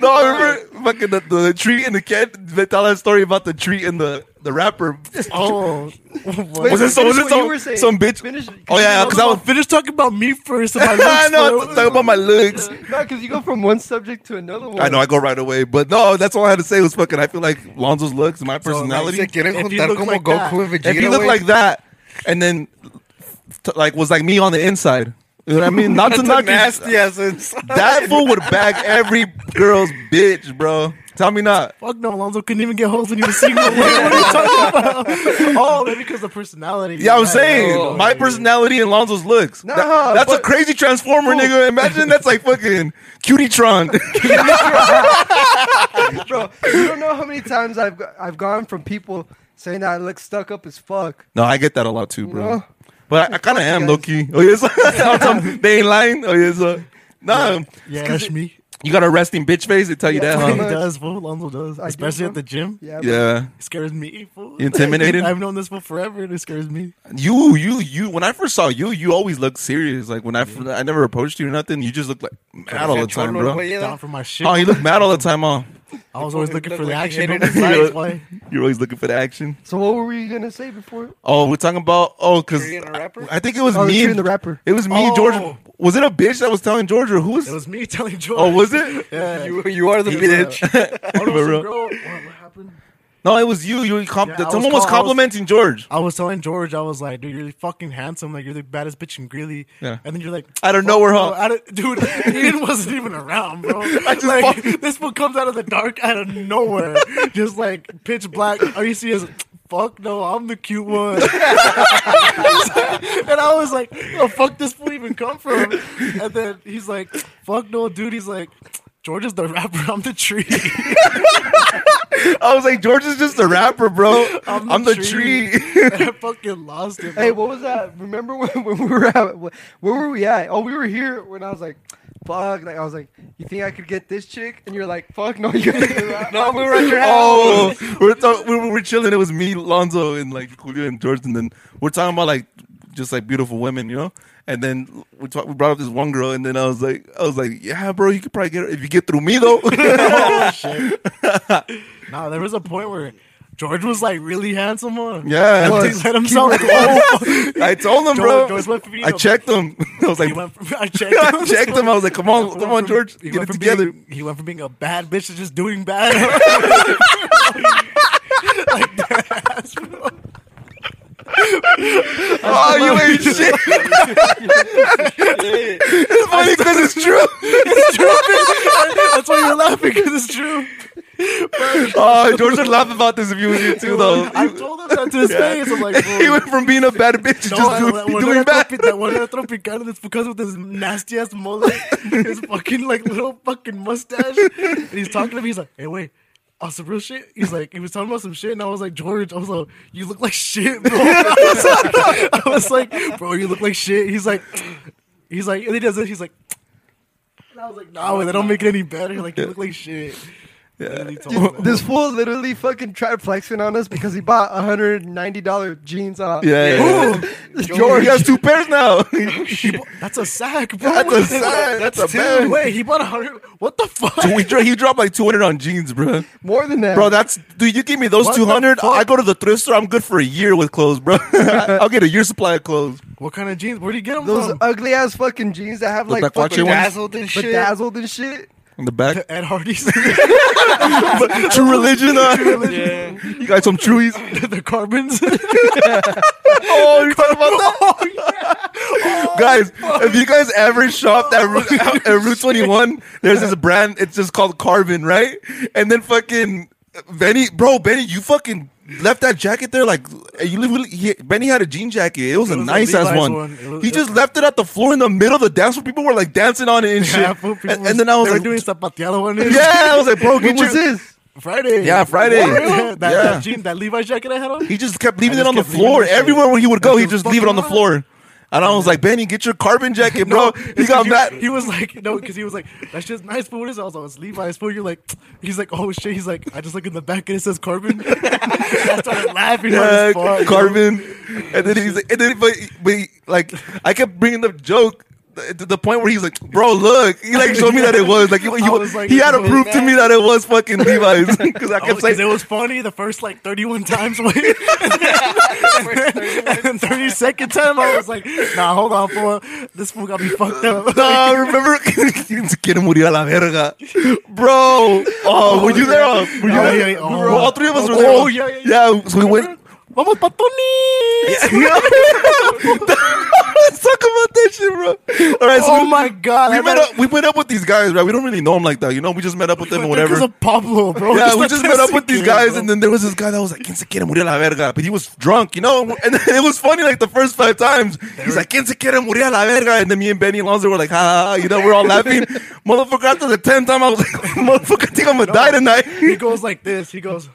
S1: no, I remember fucking the, the tree and the cat. They tell that story about the tree and the the rapper.
S2: Oh.
S3: Wait,
S1: Was it some- was it
S3: finish what
S1: some-
S3: you were saying.
S1: some bitch-
S3: Finish-
S1: Oh yeah, because I was.
S2: finish talking about me first. and My looks,
S1: I know.
S2: bro.
S1: Talk about my looks.
S3: No, because you go from one subject to another one.
S1: I know. I go right away. But no, that's all I had to say was fucking. I feel like Lonzo's looks, and my personality.
S4: Se quieren
S2: If you
S4: juntar
S2: look
S4: como
S2: like that-
S4: Goku and Vegeta.
S1: if you look
S4: güey.
S1: like that, and then t- like was like me on the inside. You know what I mean? Not to
S4: That's a
S1: knock your-
S4: nasty ass inside.
S1: That fool would bag every girl's bitch, bro. Tell me not.
S2: Fuck no, Alonzo couldn't even get hoes when he was single. what are you talking about? Oh, that's because of personality.
S1: Yeah, I'm
S2: Oh, Yeah,
S1: saying
S2: no.
S1: my personality and Lonzo's looks.
S3: Nah,
S1: That- that's a
S3: but-
S1: crazy transformer, nigga. Imagine that's like fucking cutie tron.
S3: bro. You don't know how many times I've go- I've gone from people saying that I look stuck up as fuck.
S1: no, I get that a lot too, bro.
S3: know?
S1: But I, I kind of am
S3: guys.
S1: low key. Oh yes, they ain't lying. Oh yes, uh, nah.
S2: Yeah, that's me.
S1: You got a resting bitch face. They tell you
S3: Yeah,
S1: that,
S2: he
S1: huh?
S3: much.
S2: does, fool. Alonzo does.
S3: I do,
S2: Especially
S3: bro.
S2: at the gym.
S3: Yeah, bro.
S1: Yeah,
S2: It scares me, fool.
S1: You intimidated?
S2: I've known this fool forever and it scares me.
S1: you, you, you. When I first saw you, you always looked serious. Like when I, f- I never approached you or nothing. You just looked like mad all the time,
S4: Cholo,
S1: bro.
S4: güey,
S2: Down
S4: eh?
S2: for my shit.
S1: Oh, you look mad all the time, huh?
S2: I was always looking for the
S4: Like,
S2: action.
S4: hated
S2: no
S4: it.
S2: besides, why?
S1: You're always looking for the action.
S3: So what were we gonna say before?
S1: Oh, we're talking about oh, because
S4: Korean rapper?
S1: I think it was
S3: Oh,
S1: me
S3: Korean
S1: and
S3: the rapper.
S1: It was me,
S2: Oh.
S1: George. Was it a bitch that was telling George or who was?
S2: It was me telling George.
S1: oh, was it?
S2: Yeah.
S4: You, you are the bitch.
S2: Oh, no,
S1: For
S2: some
S1: real.
S2: girl- what- what happened?
S1: No, it was you. You were comp-
S2: Yeah, I
S1: that
S2: was
S1: someone
S2: call-
S1: was
S2: I was-
S1: complimenting George.
S2: I was telling George, I was like, dude, you're fucking handsome. Like, you're the baddest bitch in Greeley.
S1: Yeah.
S2: And then you're like,
S1: Out of
S2: "Fuck,
S1: nowhere,
S2: bro,
S1: huh?"
S2: I don't- Dude, Ian wasn't even around, bro.
S1: just
S2: like,
S1: fucking-
S2: this one comes out of the dark out of nowhere. just like pitch black. All you see is, fuck no, I'm the cute one. and I was like, oh, fuck this fool even come from? And then he's like, fuck no, dude. He's like, George is the rapper. I'm the tree.
S1: I was like, George is just a rapper, bro. I'm
S2: I'm
S1: the,
S2: the
S1: tree.
S2: tree." I fucking lost it.
S3: Hey,
S2: bro.
S3: what was that? Remember when, when we were at wh- where were we at? Oh, we were here when I was like, fuck. Like I was like, you think I could get this chick? And you're like, fuck, no, you.
S4: no, we were at your house.
S1: oh, we're, talk- we were we're chilling. It was me, Lonzo, and like Julio and George, and then we're talking about like just like beautiful women, you know. And then we talk, we brought up this one girl, and then I was like, I was like, yeah, bro, you could probably get her if you get through me though.
S2: Nah, there was a point where George was like really handsome. Huh?
S1: yeah,
S2: He let himself go.
S1: I told him,
S2: Oh, George-
S1: bro.
S2: George went from, you
S1: I
S2: know,
S1: checked him. I was
S2: He
S1: like,
S2: went from, I checked him.
S1: I checked him. I was like, come on, come on, George,
S2: He
S1: get
S2: went
S1: it
S2: from
S1: together.
S2: Being, he went from being a bad bitch to just doing bad. Like that, bro.
S1: Oh, you ain't shit. it's funny because it's true.
S2: That's why you're laughing because it's true.
S1: Oh, George would laugh about this if you was here too, though.
S2: I told him that to his face. I'm like,
S1: he
S2: bro,
S1: went from being a bad bitch to
S2: no,
S1: just
S2: I-
S1: do,
S2: la- one
S1: doing
S2: era
S1: bad.
S2: tropi- that one era Tropicana that's because of this nasty ass mullet, his fucking like little fucking mustache. And he's talking to me, he's like, hey, wait. On some real shit, he's like, he was talking about some shit, and I was like, George, I was like, you look like shit, bro. I was like, I was like, bro, you look like shit. He's like, he's like, and he does it, he's like, and I was like, nah, wait, that don't make it any better. Like, you look like shit. Yeah.
S3: This fool literally fucking tried flexing on us because he bought $190 jeans uh, off.
S1: Yeah, yeah, George
S3: George.
S1: he has two pairs now.
S2: that's a sack, bro.
S1: That's a sack. That's a
S2: Dude,
S1: bag.
S2: Wait, he bought a hundred. What the fuck?
S1: So we dro- he dropped like 200 on jeans, bro.
S3: More than that.
S1: Bro, that's dude. You give me those
S2: What the
S1: 200,
S2: fuck?
S1: I go to the thrift store. I'm good for a year with clothes, bro. I'll get a year supply of clothes.
S2: What kind of jeans? Where do you get them
S3: Those
S2: from?
S3: ugly ass fucking jeans that have
S1: Look
S3: like
S1: like watch
S3: fucking
S1: it once.
S4: Dazzled and shit.
S3: bedazzled and shit.
S1: On the back,
S2: At Hardee's,
S1: true religion. Uh,
S4: Yeah.
S1: you got some truies.
S2: the Carbons.
S1: Oh, you talking about that?
S2: Oh,
S1: guys, if you guys ever shopped at Route, at Route 21, there's this brand. It's just called Carbon, right? And then fucking Benny, bro, Benny, you fucking left that jacket there. Like you literally, he, Benny had a jean jacket. It was
S2: It
S1: a
S2: was a
S1: nice ass
S2: Levi's
S1: one.
S2: one. It was-
S1: he
S2: it
S1: just
S2: was-
S1: left it at the floor in the middle of the dance where people were like dancing on it and shit.
S2: Yeah, fool, people
S1: and, and then I was
S2: they were
S1: like,
S2: doing zapateado one day.
S1: yeah, I was like, bro,
S3: When
S1: get
S3: was
S1: your,
S3: this?
S2: Friday.
S1: Yeah, Friday.
S2: What? that,
S1: Yeah.
S2: that jean, that Levi's jacket I had on.
S1: He just kept leaving it
S2: just
S1: on the
S2: kept leaving
S1: floor.
S2: that shit.
S1: Everywhere where he would go,
S2: That's
S1: he
S2: the
S1: just leave it on the
S2: fucking
S1: floor. And I was like, Benny, get your carbon jacket, bro. he
S2: it's
S1: got
S2: 'cause
S1: mad.
S2: He was like, no, because he was like, that's just nice food. Is also it's Levi's food. You're like, he's like, oh shit. He's like, I just look in the back and it says Carbon. I started laughing.
S1: Yeah,
S2: hard as fuck, dude.
S1: Carmen. And then he's like, and then but, but he, like I kept bringing the joke th- to the point where he's like, "Bro, look," he like showed me that it was like he, he,
S2: I was like,
S1: he had to
S2: "Look,
S1: prove to
S2: man."
S1: me that it was fucking Levi's because I kept
S2: I was- Oh, 'cause
S1: saying,
S2: it was funny the first like 31 times, and then- and then 32nd time I was like, nah, hold on, fool. This fool got me fucked up.
S1: "Nah, remember, se quiere morir a la verga, bro." Oh, were you there? Uh, Were you
S2: Oh,
S1: there?
S2: yeah, yeah, oh.
S1: We were- all three of us were
S2: Oh,
S1: there.
S2: yeah, yeah, yeah.
S1: So we went.
S2: Vamos pa' Tony!
S1: Let's talk about that shit, bro. All right, so
S2: Oh
S1: we-
S2: my god!
S1: we
S2: I
S1: met
S2: thought-
S1: up. We met up with these guys, right? We don't really know them like that, you know. We just met up with them
S2: I
S1: and
S2: think 'cause
S1: whatever.
S2: of Pablo, bro.
S1: Yeah,
S2: That's
S1: we
S2: what
S1: just
S2: that
S1: met up with
S2: secret,
S1: these guys,
S2: bro.
S1: and then there was this guy that was like, "Quien se quiere morir a la verga," but he was drunk, you know. And then it was funny, like the first five times, he's like, "Quien se quiere morir a la verga," and then me and Benny and Lonzo were like, "Ha, ha, ha," you know, we're all laughing. Motherfucker, after the tenth time, I was like, "Motherfucker, I think I'm gonna die tonight."
S2: he goes like this. He goes.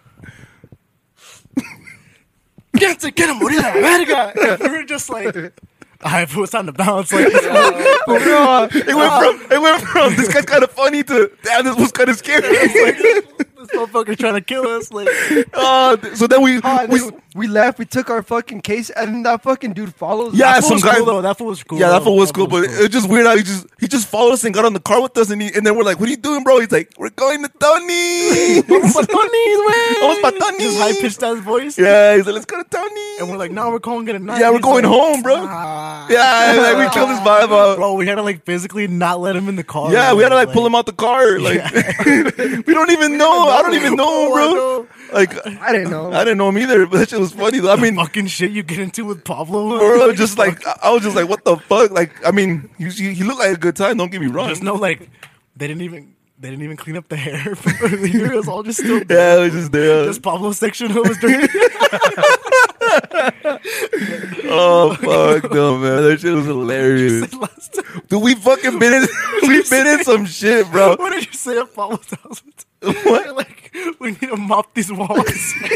S2: Get to get him, what is that, verga? And We were just like, all right, fool, it's time to balance. Like,
S1: It went from it went from this guy's kind of funny to damn, this was kind of scary.
S2: this motherfucker's trying to kill us. Like,
S1: Uh, so then we,
S3: Ah, and
S1: we
S3: then we left. We took our fucking case, and then that fucking dude follows.
S1: Yeah,
S3: us.
S2: That fool
S1: some
S2: was
S1: guy-
S2: cool, though. That fool was cool.
S1: Yeah, that
S2: though.
S1: fool was cool, but
S2: was
S1: it was just weird how he just he just followed us and got on the car with us, and he, and then we're like, "What are you doing, bro?" He's like, "We're going to Tony."
S2: Vamos pa' Tony's, wey.
S1: Vamos pa' Tony's.
S2: Just high pitched ass voice.
S1: yeah, he's like, "Let's go to Tony."
S2: And we're like, no, we're going to get a night.
S1: yeah, we're
S2: He's
S1: going
S2: like,
S1: home, bro.
S2: "Ah."
S1: Yeah, like we killed his vibe out.
S2: Bro, we had to like physically not let him in the car.
S1: Yeah, we had to like pull him out the car. Like, we don't even know. I don't even know,
S2: Oh, I know.
S1: bro. Like,
S3: I didn't know.
S1: I didn't know him either, but that shit was funny. Though. I mean,
S2: Fucking shit you get into with Pablo.
S1: bro, just like I I was just like, "What the fuck?" Like, I mean, he, he he looked like a good time. Don't get me wrong.
S2: There's no like, they didn't even they didn't even clean up the hair from earlier. It was all just still
S1: yeah, it was just there.
S2: This Pablo section was dirty.
S1: oh fuck no, man, that shit was hilarious.
S2: last time.
S1: Dude, we fucking been in, we been in some shit, bro.
S2: What did you say at Pablo's house?
S1: What?
S2: Like, we need to mop these walls.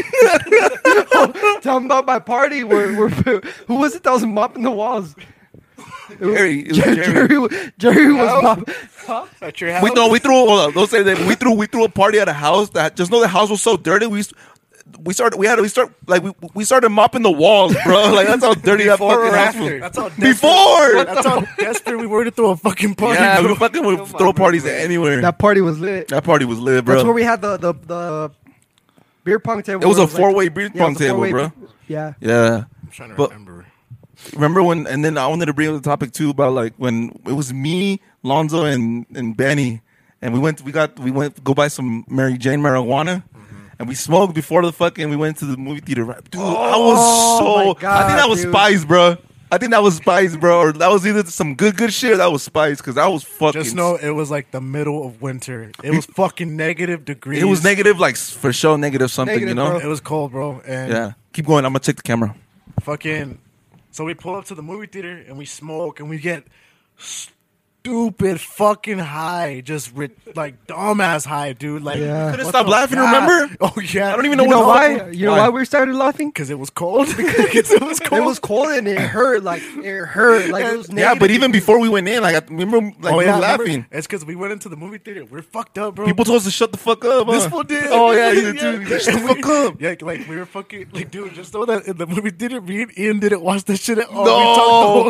S3: Tell him about my party. Where, where, who was it that was mopping the walls?
S1: Jerry, it was Jerry.
S3: Jerry, wa- Jerry was mopping.
S4: At your house.
S1: We no, we threw. Hold on, don't say that. We threw. We threw a party at a house that just know the house was so dirty. We. used- We started. We had. We start like we, we started mopping the walls, bro. Like that's how dirty that
S4: Before
S1: fucking
S4: or
S1: house
S4: after?
S1: was.
S2: That's how
S1: Before,
S2: That's how desperate we were to throw a fucking party.
S1: yeah,
S2: bro.
S1: we fucking would throw parties anywhere. That,
S3: That party was lit.
S1: party was lit, bro.
S3: That's where we had the the, the beer pong table.
S1: it was
S3: where
S1: a four way beer
S3: yeah, it
S1: pong
S3: was a
S1: table,
S3: four-way-
S1: bro.
S3: Yeah.
S1: Yeah.
S2: I'm trying to
S1: But-
S2: remember.
S1: Remember when? And then I wanted to bring up the topic too about like when it was me, Lonzo, and and Benny, and we went. We got. We went go buy some Mary Jane marijuana, and we smoked before the fucking. We went to the movie theater. Right, dude, I was
S3: Oh,
S1: so.
S3: my God,
S1: I think that was
S3: dude.
S1: Spice, bro. I I think that was Spice, bro. Or that was either some good, good shit or that was Spice because I was fucking.
S2: Just know it was like the middle of winter. It was fucking negative degrees.
S1: It was negative, like for sure, negative something, you
S3: Negative,
S1: know?
S2: It was cold, bro. And
S1: Yeah. Keep going. I'm going to take the camera.
S2: fucking. So we pull up to the movie theater and we smoke and we get stupid fucking high, just ri- like dumbass high, dude. Like
S3: Yeah.
S1: Couldn't
S2: what
S1: stop
S2: the
S1: laughing,
S2: fuck?
S1: remember?
S2: Oh yeah,
S1: I don't even
S3: You know
S1: what the
S3: why?
S1: fuck-
S3: You know
S1: why?
S3: why we started laughing?
S2: because it was cold. Because it was cold.
S3: It was cold and it hurt. Like it hurt. Like it was negative.
S1: Yeah, but even before we went in, like, I remember like, we
S2: Oh,
S1: were
S2: yeah,
S1: laughing.
S2: remember? It's because we went into the movie theater. We're fucked up, bro.
S1: People told us to shut the fuck up.
S2: This
S1: huh?
S2: fool did.
S1: Oh, yeah, you did too. Shut the fuck up.
S2: Yeah, like we were fucking like, dude. Just know that in the movie theater, me and Ian didn't watch this shit at all. we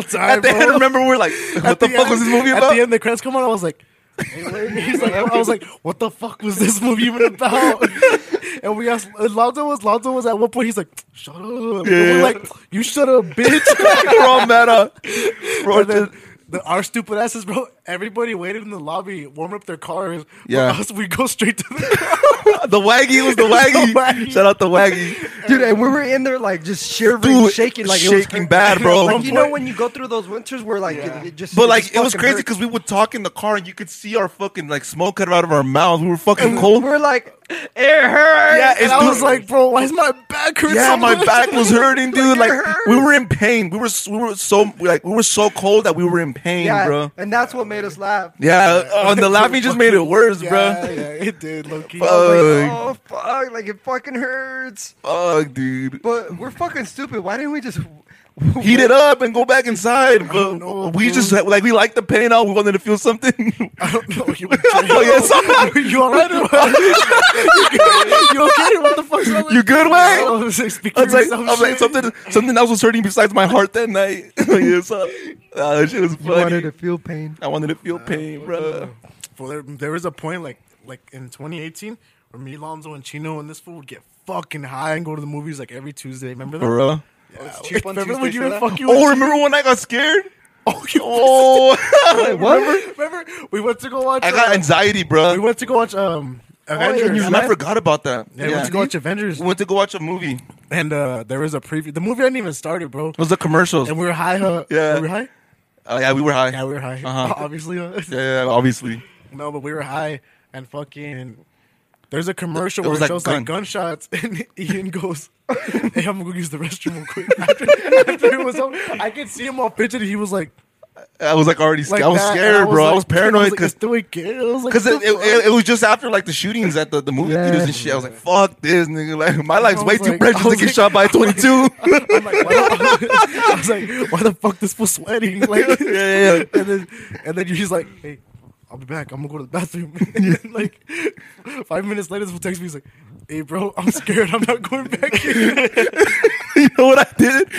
S2: talked the whole time.
S1: At the
S2: bro.
S1: end, remember, we were like, what
S2: At
S1: the, fuck was this
S2: end-
S1: movie
S2: At
S1: about?
S2: the end, the credits come on. I was like, hey, wait. he's like, I was like, what the fuck was this movie even about? And we asked and Lonzo was Lonzo was at one point. He's like, shut up. And
S1: Yeah.
S2: We're like, you shut up, bitch.
S1: we're all mad up. Bro,
S2: And then the, our stupid asses, bro. Everybody waited in the lobby, warm up their cars. For
S1: Yeah.
S2: us, we go straight to the.
S1: the waggy was the waggy.
S2: waggy.
S1: Shout out the waggy.
S3: dude, and we were in there like just shivering,
S1: Dude,
S3: shaking, like it was
S1: shaking
S3: hurt-
S1: bad, bro.
S3: Like you know when you go through those winters where like it, it just.
S1: But like
S3: just
S1: it was
S3: fucking
S1: crazy
S3: hurt.
S1: because we would talk in the car and you could see our fucking like smoke coming out of our mouths. We were fucking
S3: we
S1: cold.
S3: were like, it hurt.
S1: Yeah,
S2: and
S1: it's
S2: I
S1: dude-
S2: was like, bro, why is my back hurt?
S1: Yeah,
S2: so
S1: my
S2: much?
S1: back was hurting, dude.
S3: Like,
S1: Like
S3: it hurt.
S1: we were in pain. We were s- we were so like we were so cold that we were in pain,
S3: yeah,
S1: bro.
S3: and that's what made us laugh.
S1: Yeah, uh, and the laughing just made it worse,
S2: Yeah,
S1: bro.
S2: yeah, it did, Loki.
S3: I was like,
S1: Fuck.
S3: oh fuck! Like it fucking hurts.
S1: Fuck, dude.
S3: But we're fucking stupid. Why didn't we just?
S1: Heat it up and go back inside, but
S2: know,
S1: we
S2: dude.
S1: just like we liked the pain out. We wanted to feel something.
S2: I don't know. You,
S1: oh yeah, so-
S2: you all right? bro? you okay? What the fuck's wrong? with
S1: you good,
S2: I
S1: man?
S2: was like, speak
S1: I
S2: for
S1: was like, I
S2: yourself,
S1: was like
S2: shit.
S1: something, something else was hurting besides my heart that night. yeah, so, nah, that shit was
S3: You wanted
S1: funny.
S3: to feel pain.
S1: I wanted to feel pain, bro.
S2: Well, there, there was a point like like in 2018 where me, Lonzo, and Chino and this fool would get fucking high and go to the movies like every Tuesday. Remember that?
S1: Bro.
S2: Yeah,
S4: it's cheap on
S2: remember when
S4: Tuesday
S2: you
S4: for
S2: were
S4: that?
S2: fucking?
S1: Oh, remember when I got scared?
S2: oh, you
S1: Oh,
S3: What?
S2: remember? We went to go watch.
S1: I got
S2: uh,
S1: anxiety,
S2: we
S1: bro.
S2: went to go watch um Avengers.
S3: and you
S1: And I
S3: left?
S1: forgot about that.
S2: yeah, we went to go watch Avengers,
S1: We went to go watch a movie. It
S2: and uh, there was a preview. The movie hadn't even started, bro.
S1: was the commercials.
S2: And we were high, huh?
S1: Yeah.
S2: Were we high?
S1: Oh, yeah, we were high.
S2: Yeah, we were high.
S1: Uh-huh.
S2: Obviously. huh?
S1: Yeah, yeah, obviously.
S2: No, but we were high and fucking. There's a commercial
S1: It
S2: where
S1: was
S2: it
S1: like
S2: shows
S1: gun.
S2: like gunshots, and Ian goes, "Hey, I'm gonna go use the restroom real quick." After, after it was over, I could see him all pitching. He was like,
S1: I was like already scared.
S2: like
S1: I was
S2: that, and
S1: scared, bro. I
S2: like-
S1: was paranoid because
S2: I was like, because like,
S1: Because it, it,
S2: "What the fuck?"
S1: it, it was just after like the shootings at the, the movie
S3: Yeah.
S1: theaters and shit. I was like, fuck this, nigga. Like my life's way
S2: was
S1: too
S2: like-
S1: precious
S2: I
S1: to
S2: was
S1: get
S2: like-
S1: shot by a 22. yeah,
S2: I'm like, why the- I was like, why the fuck this fool sweating? Like,
S1: yeah, yeah.
S2: and then and then he's like, hey, I'll be back. I'm gonna go to the bathroom. And then, like five minutes later, this will text me. He's like, hey, bro, I'm scared. I'm not going back. Here.
S1: You know what I did?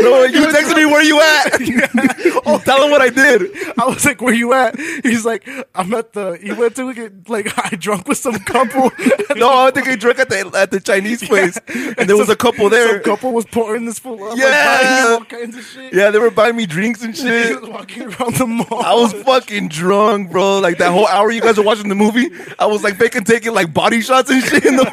S1: No, you texted me where you at. oh, tell him what I did.
S2: I was like, where you at? He's like, I'm at the. He went to get like I drunk with some couple.
S1: No, I think I drank at the at the Chinese place, and there was a couple
S2: Some
S1: there.
S2: couple was pouring this full up.
S1: Yeah.
S2: like, buying him all kinds of shit.
S1: Yeah, they were buying me drinks and
S2: He
S1: shit.
S2: was walking around the mall.
S1: I was fucking drunk, bro. Like that whole hour you guys were watching the movie, I was like fucking taking like body shots and shit in the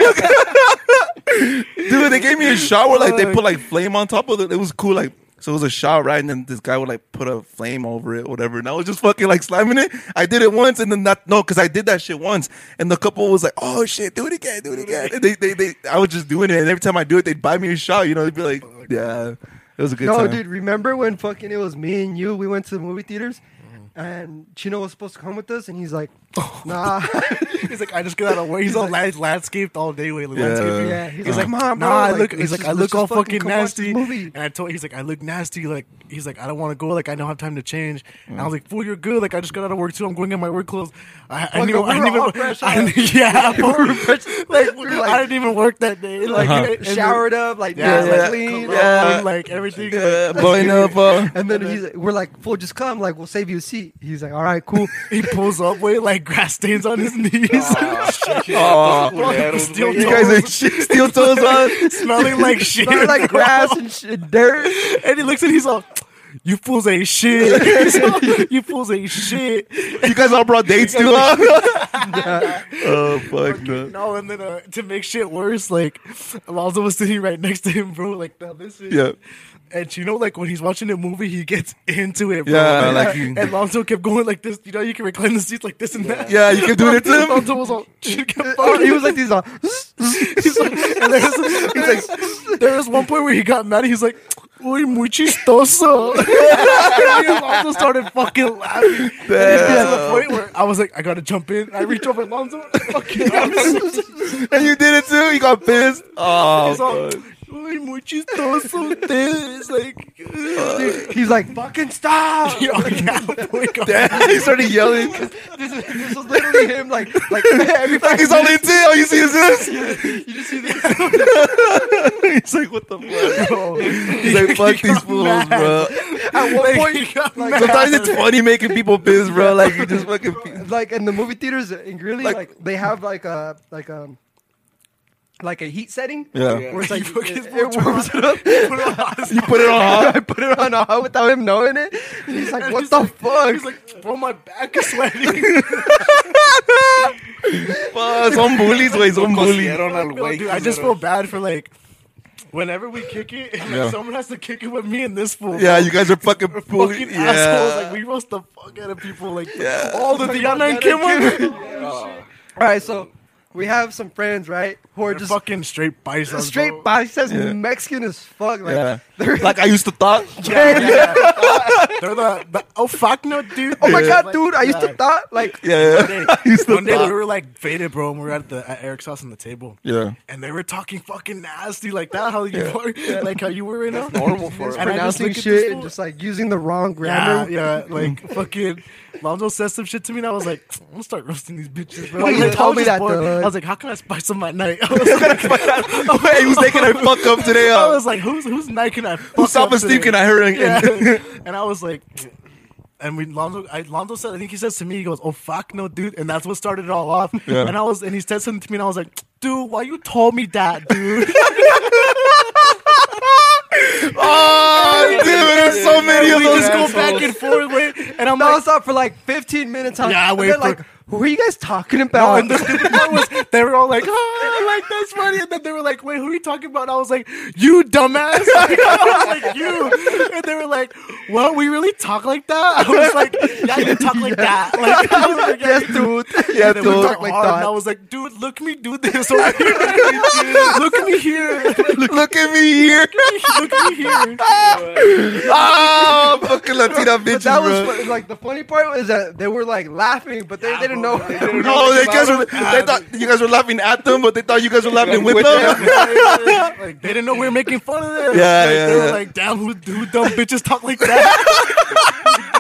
S1: Dude, they gave me a shot where like they put like flame on top of it. It was cool, like so it was a shot, right? And then this guy would like put a flame over it, whatever. And I was just fucking like slamming it. I did it once and then not no, because I did that shit once. And the couple was like, Oh shit, do it again, do it again. And they, they they I was just doing it, and every time I do it, they'd buy me a shot, you know, they'd be like, Yeah. It was a good
S3: No,
S1: time.
S3: dude, remember when fucking it was me and you? We went to the movie theaters, and Chino was supposed to come with us, and he's like, "Nah."
S2: He's like, I just got out of work. He's, all la- landscaped all day. Wait, landscaping.
S3: Yeah, he's
S2: he's
S3: like,
S2: like,
S3: "Come on, bro,
S2: Nah, I
S3: like,
S2: look.
S3: let's
S2: He's like,
S3: just-
S2: I
S3: let's
S2: look
S3: just
S2: all
S3: fucking
S2: fucking
S3: come watch the
S2: nasty.
S3: movie.
S2: And I told, he's like, I look nasty. Like, he's like, I don't want to go. Like, I don't have time to change. And I was like, Fool, you're good. Like, I just got out of work too. I'm going in my work clothes. I, I
S3: Fuck,
S2: knew.
S3: we
S2: I
S3: were
S2: didn't
S3: all
S2: even.
S3: fresh
S2: I
S3: out.
S2: knew- yeah, bro. like,
S3: We were like-
S2: I didn't even work that day. Like,
S1: Uh-huh.
S2: and- and-
S3: Showered up, like
S2: Yeah,
S3: yeah,
S1: yeah.
S3: clean.
S1: Yeah.
S2: cologne, like everything.
S1: yeah, blowing up uh,
S3: And then he's, we're like, "Fool, just come. Like, we'll save you a seat." He's like, "All right, cool."
S2: He pulls up with like grass stains on his knees,
S1: Aw.
S2: Steel
S1: You guys ain't shit. Steel toes on.
S2: smelling like shit.
S3: Smelled like
S2: bro.
S3: grass and shit, dirt.
S2: And he looks at he's all, you fools ain't shit. So, you fools ain't shit.
S1: You guys all brought dates too, huh? oh fuck no.
S2: No, and then uh, to make shit worse, like Alonzo was sitting right next to him, bro. Like, now this is.
S1: Yeah.
S2: And you know, like when he's watching a movie, he gets into it, bro.
S1: Yeah,
S2: and,
S1: like
S2: uh,
S1: you-
S2: and Lonzo kept going like this. You know, you can recline the seats like this and that.
S1: Yeah, you kept doing it to him?
S2: Lonzo was all, she kept
S3: Oh, he was
S2: like,
S3: like these. Uh,
S2: he's like, and there was, he's like, there was one point where he got mad. He's like, uy, muy chistoso. and Lonzo started fucking laughing. And it got to the point where I was like, I gotta jump in. I reach over, Lonzo, fucking.
S1: And you did it too? You got pissed? Oh
S2: He's all,
S1: fuck.
S2: "Uy, muy chistoso ustedes." Like,
S3: he's like fucking stop.
S2: yo, yeah, boy, go-
S1: he started yelling.
S3: This, is, this was literally him. Like like every
S1: Like
S3: five
S1: he's all into it. All you see is this.
S3: minutes, you just see this.
S1: He's like, what the fuck?
S2: Bro.
S1: He's like, fuck these fools,
S2: mad.
S1: bro.
S3: At one
S2: Like,
S3: point,
S2: he got
S3: like,
S2: mad.
S1: Sometimes it's funny making people pissed, bro. Like you just fucking. pe-
S3: like in the movie theaters in Greeley,
S1: Like-
S3: like, they have like a like um like a heat setting.
S1: Yeah.
S3: Where it's like
S2: You fucking
S3: it, it
S2: put your
S3: warms
S2: hot-
S3: it up.
S2: put on hot
S1: You put it on hot.
S3: I put it on a hot without him knowing it. And he's like,
S2: And
S3: "What
S2: he's
S3: the
S2: like-
S3: fuck?"
S2: He's like, bro, my back is sweating.
S1: Fuck, son bullies, güey. Son bullies.
S4: Cosieron al
S2: Yo,
S4: güey
S2: dude,
S4: que
S2: I just
S4: se-
S2: feel bad for like, whenever we kick it, like,
S1: Yeah.
S2: someone has to kick it with me and this fool.
S1: Yeah, you guys are fucking
S2: We're
S1: bullies.
S2: fucking assholes. Like
S1: Yeah.
S2: we roast the fuck out of people. Like
S1: Yeah.
S2: all the Diana and Kim were
S3: All right, so we have some friends, right, who are
S2: just
S3: just
S2: fucking straight bison.
S3: straight
S2: bro.
S3: body says
S1: Yeah.
S3: Mexican as fuck. Like,
S1: Yeah.
S3: they're
S1: Like I used to thought.
S2: Yeah, yeah. They're the, the oh fuck no dude.
S3: oh my
S1: Yeah.
S3: god, dude! I used to thought like
S1: Yeah. yeah. I used to
S2: One day we
S1: thought.
S2: were like faded, bro, and we were at the at Eric's house on the table.
S1: Yeah.
S2: And they were talking fucking nasty like that, how you are, like how you were right now.
S4: normal for him.
S2: And I just
S3: pronouncing
S2: look at
S3: shit
S2: this
S3: and
S2: fool-
S3: just like using the wrong grammar.
S2: Yeah, yeah, like fucking Lonzo said some shit to me, and I was like, I'm gonna start roasting these bitches, bro.
S3: Wait,
S2: Like,
S3: you
S2: I was
S3: told me
S2: just
S3: that,
S2: bored.
S3: dude.
S2: I was like, how can I spice up my night? I was like,
S1: Hey, who's taking her fuck up today?
S2: I
S1: Uh,
S2: was like, who's who's night can I? fuck
S1: who's
S2: up
S1: self esteem
S2: today?
S1: can I hurt? And,
S2: Yeah. and I was like, and we Lonzo, I, Lonzo said, I think he says to me, he goes, "Oh fuck no, dude," and that's what started it all off.
S1: Yeah.
S2: And I was, and he said something to me, and I was like, "Dude, why you told me that, dude?"
S1: oh, dude, there's so many of
S2: we
S1: those.
S2: just go back
S1: assholes.
S2: and forth, wait, and I'm like.
S3: nonstop for like 15 minutes. Huh?
S2: Yeah, I
S3: And
S2: wait
S3: they're
S2: for-
S3: like, who are you guys talking
S2: Oh,
S1: Uh,
S3: about?
S2: and the stupid part was they were all like, oh, like that's funny, and then they were like, wait, who are you talking about? And I was like, you dumbass. Like, I was like, you, and they were like, well, we really talk like that. I was like, yeah, you talk like that. Like, I was like,
S3: yes, dude.
S1: Yeah,
S2: And then we
S1: dude.
S2: talked
S3: Like
S2: hard,
S3: that.
S2: and I was like, dude, look me do this over here. look at me here.
S1: Look at me here.
S2: Look at me here.
S1: Oh, fucking Latina
S3: But
S1: bitches,
S3: that
S1: bro.
S3: was fu- like the funny part was that they were like laughing, but they, they didn't know. They didn't
S1: No,
S3: know
S1: they guys were, they thought you guys were laughing at them, but they thought you guys were laughing with them.
S2: Like, they didn't know we were making fun of them.
S1: Yeah,
S2: like,
S1: yeah,
S2: They were
S1: yeah.
S2: like, damn, who, who dumb bitches talk like that?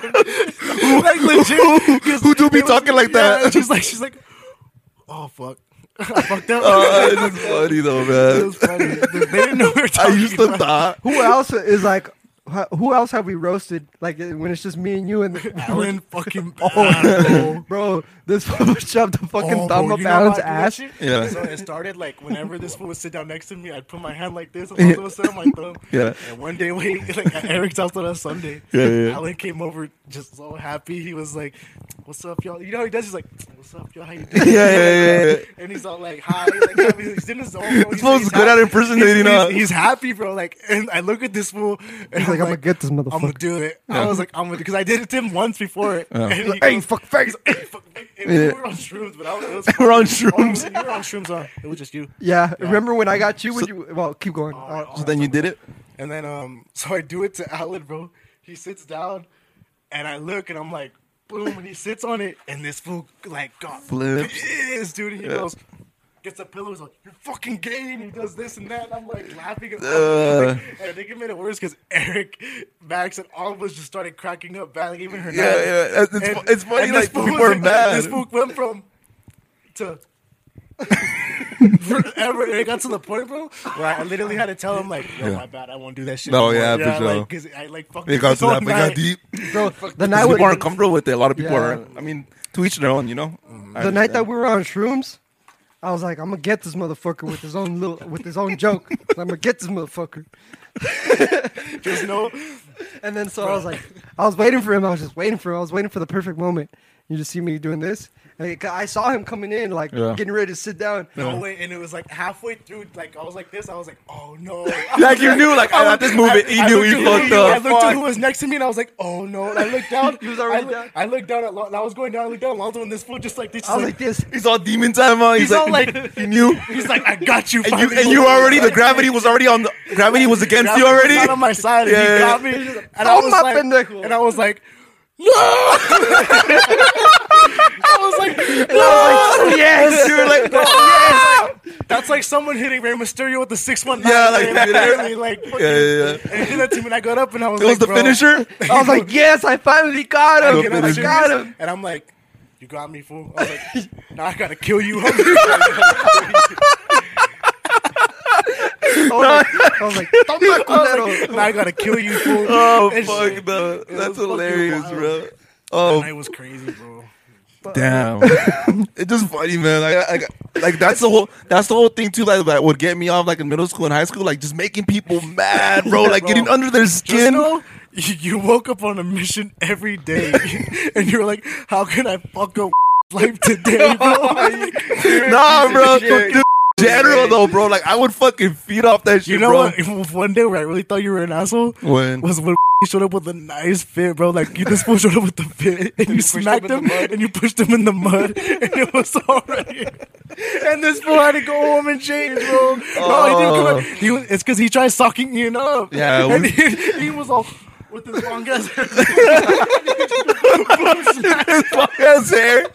S2: like legit. 'cause
S1: Who do be
S2: it was-
S1: talking like that?
S2: yeah, and she's like, she's like, oh fuck, I fucked up.
S1: Oh, this is funny though,
S2: it
S1: man.
S2: was funny. They didn't know we were
S1: I
S2: talking.
S1: used to
S2: about-
S1: thought.
S3: who else is like, wh- who else have we roasted? Like when it's just me and you and Oh,
S2: Alan fucking bad, bro.
S3: bro, this fool shoved the fucking
S2: Oh,
S3: thumb
S2: bro,
S3: up
S2: you know how
S3: Alan's
S2: I do that
S3: ass.
S2: shit?
S1: Yeah.
S2: So it started like whenever this fool would sit down next to me, I'd put my hand like this and also would sit on my thumb.
S1: Yeah.
S2: And one day we like at Eric's house on a Sunday.
S1: Yeah, yeah, yeah.
S2: Alan came over just so happy. He was like, What's up, y'all? You know how he does? He's like, What's up, y'all? How you doing?
S1: Yeah, yeah, yeah.
S2: And he's all like, Hi. Like, I mean, he's in his zone. bro.
S1: This
S2: He's,
S1: fool's
S2: he's
S1: good at
S2: happy.
S1: impersonating
S2: He's-
S1: us.
S2: he's, he's happy, bro. Like, and I look at this fool, and
S3: He's like, I'm gonna get this
S2: I'm gonna
S3: motherfucker.
S2: do it. I was like, I'm gonna because I did it to him once before. And he
S3: Like, hey,
S2: goes-
S3: fuck face.
S2: Hey, fuck, hey, hey,
S1: Yeah.
S2: We were on shrooms, but I was, it was
S1: We're on
S2: Oh,
S1: shrooms.
S2: you were on shrooms, huh? It was just you.
S3: Yeah, remember when I got you? Would you? Well, keep going.
S2: Oh,
S3: Uh,
S1: So then you did it.
S2: And then, um, so I do it to Alan, bro. He sits down, and I look, and I'm like, boom, and he sits on it, and this fool like got
S1: Flips.
S2: pissed, dude. And he goes, gets a pillow, he's like, you're fucking gay, and he does this and that, and I'm like laughing. And,
S1: Uh.
S2: and I think it made it worse because Eric, Max, and all of us just started cracking up bad, like even her.
S1: Yeah, yeah. It's, it's,
S2: And-
S1: fu- it's funny
S2: and
S1: like
S2: this fool
S1: people are
S2: was-
S1: mad.
S2: This fool went from to forever. and It got to the point, bro, where I literally had to tell him like, "Yo, my bad, I won't do that shit."
S1: No,
S2: anymore."
S1: yeah, for sure.
S2: Like, Cause I like fucking.
S1: It got to that, but it got deep.
S3: Bro, the night
S1: People
S3: we-
S1: aren't comfortable with it. A lot of people
S3: Yeah.
S1: are. I mean, to each their own, you know.
S3: the night that we were on shrooms, I was like, I'm gonna get this motherfucker with his own little, with his own joke. I'm gonna get this motherfucker.
S2: Just know
S3: And then so I was like, I was waiting for him. I was just waiting for him. I was waiting for the perfect moment. You just see me doing this. Like, I saw him coming in, like
S1: Yeah.
S3: getting ready to sit down.
S2: no way, and it was like halfway through, like I was like this, I was like, oh no.
S1: Like you knew, like
S2: I
S1: at this movie, you knew
S2: looked
S1: you
S2: to-
S1: fucked
S2: I
S1: up.
S2: looked to who was next to me, and I was like, oh no. And I looked down.
S3: He was already
S2: I look-
S3: down.
S2: I looked down at Lon- and I was going down. I looked down at Lonzo, and this fool just like this.
S3: I was like this.
S1: He's all demon time on. He's,
S2: He's all
S1: like,
S2: like-
S1: he knew.
S2: He's like, I got you.
S1: And you,
S2: finally,
S1: and you
S2: Lonzo."
S1: already, the gravity was already on the, gravity was against you already.
S2: Gravity was Not on my side.
S1: Yeah,
S2: and
S1: yeah,
S2: he got
S1: yeah.
S2: me. And I
S3: Oh,
S2: was
S3: my
S2: like,
S3: pendejo.
S2: and I was like, no. I was
S3: I was like,
S2: like,
S3: yes.
S1: You were like,
S2: That's like someone hitting Rey Mysterio with the six one nine.
S1: Yeah, like,
S2: and
S1: yeah.
S2: literally, like fucking-
S1: Yeah, yeah,
S2: And he did that to me, and I got up, and I was
S1: it
S2: like,
S1: was the
S2: bro,
S1: finisher.
S3: I was like, yes. I finally got
S1: The
S3: him.
S2: you know,
S3: I
S2: like,
S1: finisher.
S3: got him.
S2: And I'm like, you got me, fool. I was like, now I gotta kill you. homie.
S3: I was like, I was like, toma
S2: I
S3: culero.
S2: was like, now I gotta kill you, fool.
S1: Oh
S2: And
S1: fuck,
S2: shit.
S1: no.
S2: It
S1: that's
S2: was fucking
S1: hilarious,
S2: wild.
S1: bro.
S2: That
S1: Oh
S2: night was crazy, bro.
S1: Damn, it's just funny, man. Like, I, like that's the whole that's the whole thing too. Like that would get me off, like in middle school and high school, like just making people mad, bro. like
S2: bro.
S1: getting under their
S2: Just
S1: skin.
S2: know, you you woke up on a mission every day, and you're like, "How can I fuck up life today, bro?"
S1: Nah, bro.
S3: Piece of shit.
S1: dude, General though, bro. Like I would fucking feed off that shit,
S2: you know
S1: bro.
S2: what? One day where I really thought you were an asshole
S1: When
S2: was when he showed up with a nice fit, bro. Like you- this fool showed up with the fit, and you, smacked him, and you pushed him in the mud, and it was already. and this fool had to go home and change, bro. No, he didn't come
S1: Oh.
S2: out. He was, it's because he tried sucking you up.
S1: Yeah,
S2: and
S1: we-
S2: he, he was all with his long ass.
S1: his long ass hair,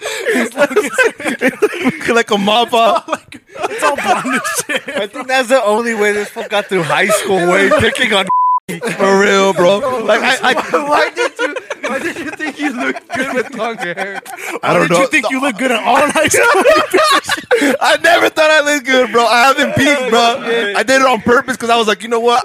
S1: like a mop up.
S2: like it's all blonde and shit.
S4: I think that's the only way this fuck got through high school way picking on
S1: For real, bro. Like I, I,
S3: Why did you? Why did you think you looked good with long hair?
S1: I don't
S2: Did
S1: know.
S2: you think you look good at all high school?
S1: I never thought I looked good, bro. I haven't peaked, bro. I did it on purpose because I was like, you know what?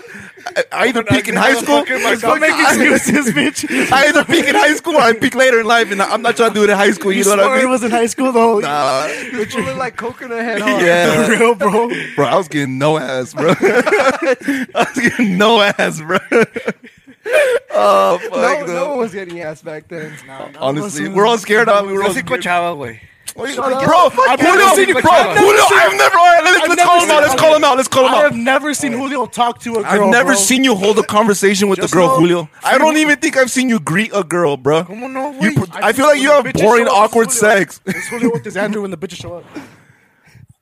S1: I, I either peak in high school.
S2: Don't make excuses, bitch.
S1: I either peak in high school or I peak later in life, and I'm not trying to do it in high school. You
S2: You
S1: know what I
S2: swear it
S1: mean?
S2: was in high school though.
S1: Nah,
S3: You look like coconut head. on.
S1: Uh, yeah,
S2: For real, bro.
S1: bro. I was getting no ass, bro. I was getting no ass, bro. Oh fuck,
S3: No,
S1: though.
S3: no one was getting ass back then.
S1: Honestly, we're all scared of. it. We're all
S4: Jesse
S1: scared.
S4: Coachella, güey.
S1: Bro, I've never
S2: up.
S1: seen you, bro.
S4: I've never
S1: Julio, I've never. All right, let's, let's
S2: I've never
S1: call him out.
S2: seen-
S1: Let's call him out. Let's call him
S2: I
S1: out.
S2: have never seen Julio talk to a girl.
S1: I've never
S2: bro.
S1: seen you hold a conversation with
S2: Just
S1: a girl,
S2: know-
S1: Julio. I don't even think I've seen you greet a girl, bro.
S4: ¿Cómo no,
S1: You,
S4: güey?
S1: pr- I feel like you have
S2: Bitches show
S1: boring,
S2: up,
S1: awkward
S2: it's Julio.
S1: sex,
S2: It's Julio with his Andrew when the bitches show up.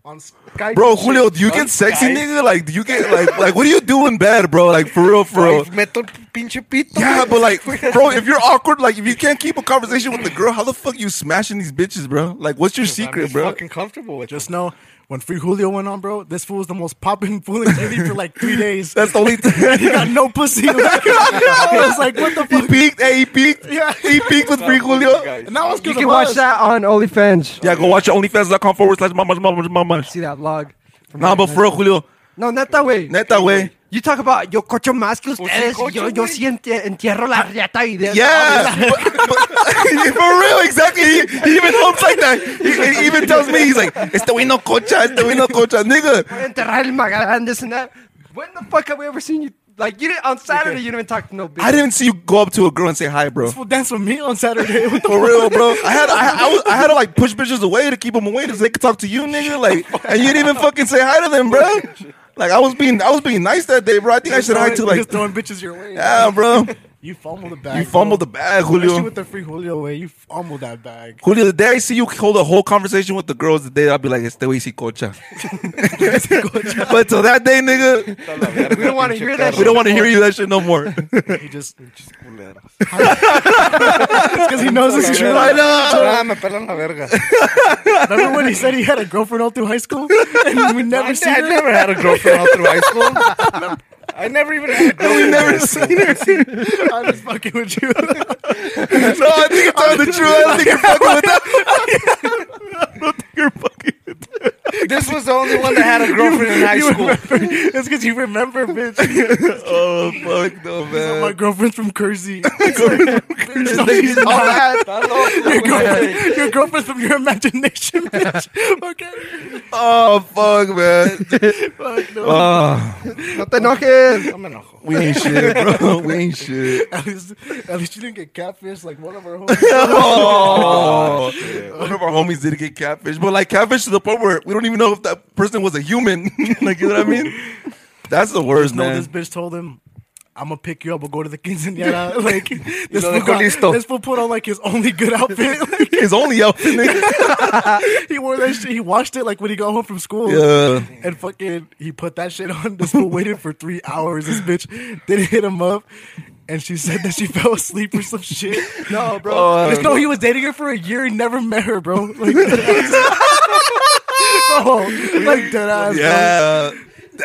S2: On Skype.
S1: bro.
S2: and shit.
S1: Julio, do you
S2: On
S1: get sexy,
S2: Skype.
S1: nigga? Like, do you get like, like, what do you do in bed, bro? Like, for real, for real.
S4: Ay, Meto el pinche pito.
S1: Yeah,
S4: güey.
S1: but like, bro, if you're awkward, like, if you can't keep a conversation with the girl, how the fuck you smashing these bitches, bro? Like, what's your
S4: I'm
S1: secret,
S4: just
S1: bro?
S4: fucking comfortable with
S2: Just know, when Free Julio went on, bro, this fool was the most popping fool in TV for like three days.
S1: That's the only
S2: he
S1: thing.
S2: got no pussy. I was like, what the
S1: he
S2: fuck?
S1: peaked. Hey, he peaked.
S2: Yeah.
S1: He peaked with free Julio.
S2: And that was
S3: You
S2: because
S3: can watch that on OnlyFans.
S1: Yeah, go watch OnlyFans.com forward slash mamas, mamas, mamas.
S3: See that vlog. from
S1: Nah,
S3: back
S1: but
S3: then.
S1: for real, Julio,
S3: No, not that way.
S1: neta, way.
S3: You talk about yo cocho más que ustedes.
S4: cocho,
S3: yo yo
S4: güey.
S3: sí enti- entierro
S1: Ah,
S3: la riata y de
S1: Yeah, but- but- for real, exactly. He, he even hopes like that. He, he even tells me, he's like, "Este güey no cocha, este güey no cocha, nigga."
S3: Voy a enterrar el magalán this and that. When the fuck have we ever seen you? Like you didn't on Saturday. You didn't talk to no bitch.
S1: I didn't see you go up to a girl and say hi, bro.
S2: This fool danced with me on Saturday. What the
S1: For real, bro. I had I, I, was, I had to like push bitches away to keep them away so they could talk to you, nigga. Like, and you didn't even fucking say hi to them, bro. Like, I was being I was being nice that day, bro. I think I should hi to
S2: Just
S1: like,
S2: throwing bitches your way.
S1: yeah, bro.
S2: You fumbled the bag.
S1: You fumbled the bag,
S2: Especially
S1: Julio.
S2: with the free Julio way, you fumbled that bag.
S1: Julio, the day I see you hold a whole conversation with the girls, the day I'll be like, "Este güey sí cocha." but till that day, nigga,
S3: We don't want to hear that.
S1: We
S3: shit.
S1: don't want to hear you that shit no more.
S2: He just because he knows it's true.
S1: I know.
S4: Ah, me pelan la verga.
S2: Remember when he said he had a girlfriend all through high school and we
S4: I,
S2: never seen
S4: I
S2: her?
S4: never had a girlfriend all through high school. I never even had a girlfriend.
S1: Never seen her.
S2: I'm just fucking with you.
S1: No, I think you're telling the truth. I don't think you're fucking with that. I don't think you're fucking with that.
S4: This was the only one that had a girlfriend in high
S2: You
S4: school.
S2: remember- It's because you remember, bitch.
S1: oh fuck no,
S2: So my
S1: man.
S2: girlfriend's from Kersey.
S1: This nigga's
S3: Oh, that, that
S2: your,
S3: low-
S2: girlfriend, your girlfriend's from your imagination, bitch. Okay.
S1: Oh fuck, man.
S2: Fuck no.
S1: Oh,
S3: No te enojes.
S4: I'm enojo.
S1: we ain't shit, bro. We ain't shit.
S2: At least, at least you didn't get catfish like one of our homies.
S1: Oh, one of our homies did get catfish, but like catfish to the point where we don't even know if that person was a human. like you know what I mean? That's the worst,
S2: no,
S1: man.
S2: this bitch told him, "I'm gonna pick you up. We'll go to the quinceañera." Like this
S4: lo
S2: fool,
S4: dejó
S2: got,
S4: listo.
S2: this fool put on like his only good outfit. Like,
S1: His only outfit. nigga.
S2: he wore that shit. He washed it like when he got home from school.
S1: Yeah.
S2: And fucking, he put that shit on. This fool waited for three hours. This bitch didn't hit him up, and she said that she fell asleep or some shit.
S3: No, bro.
S1: Oh,
S2: Just know he was dating her for a year. He never met her, bro. Like, bro, like dead ass.
S1: yeah,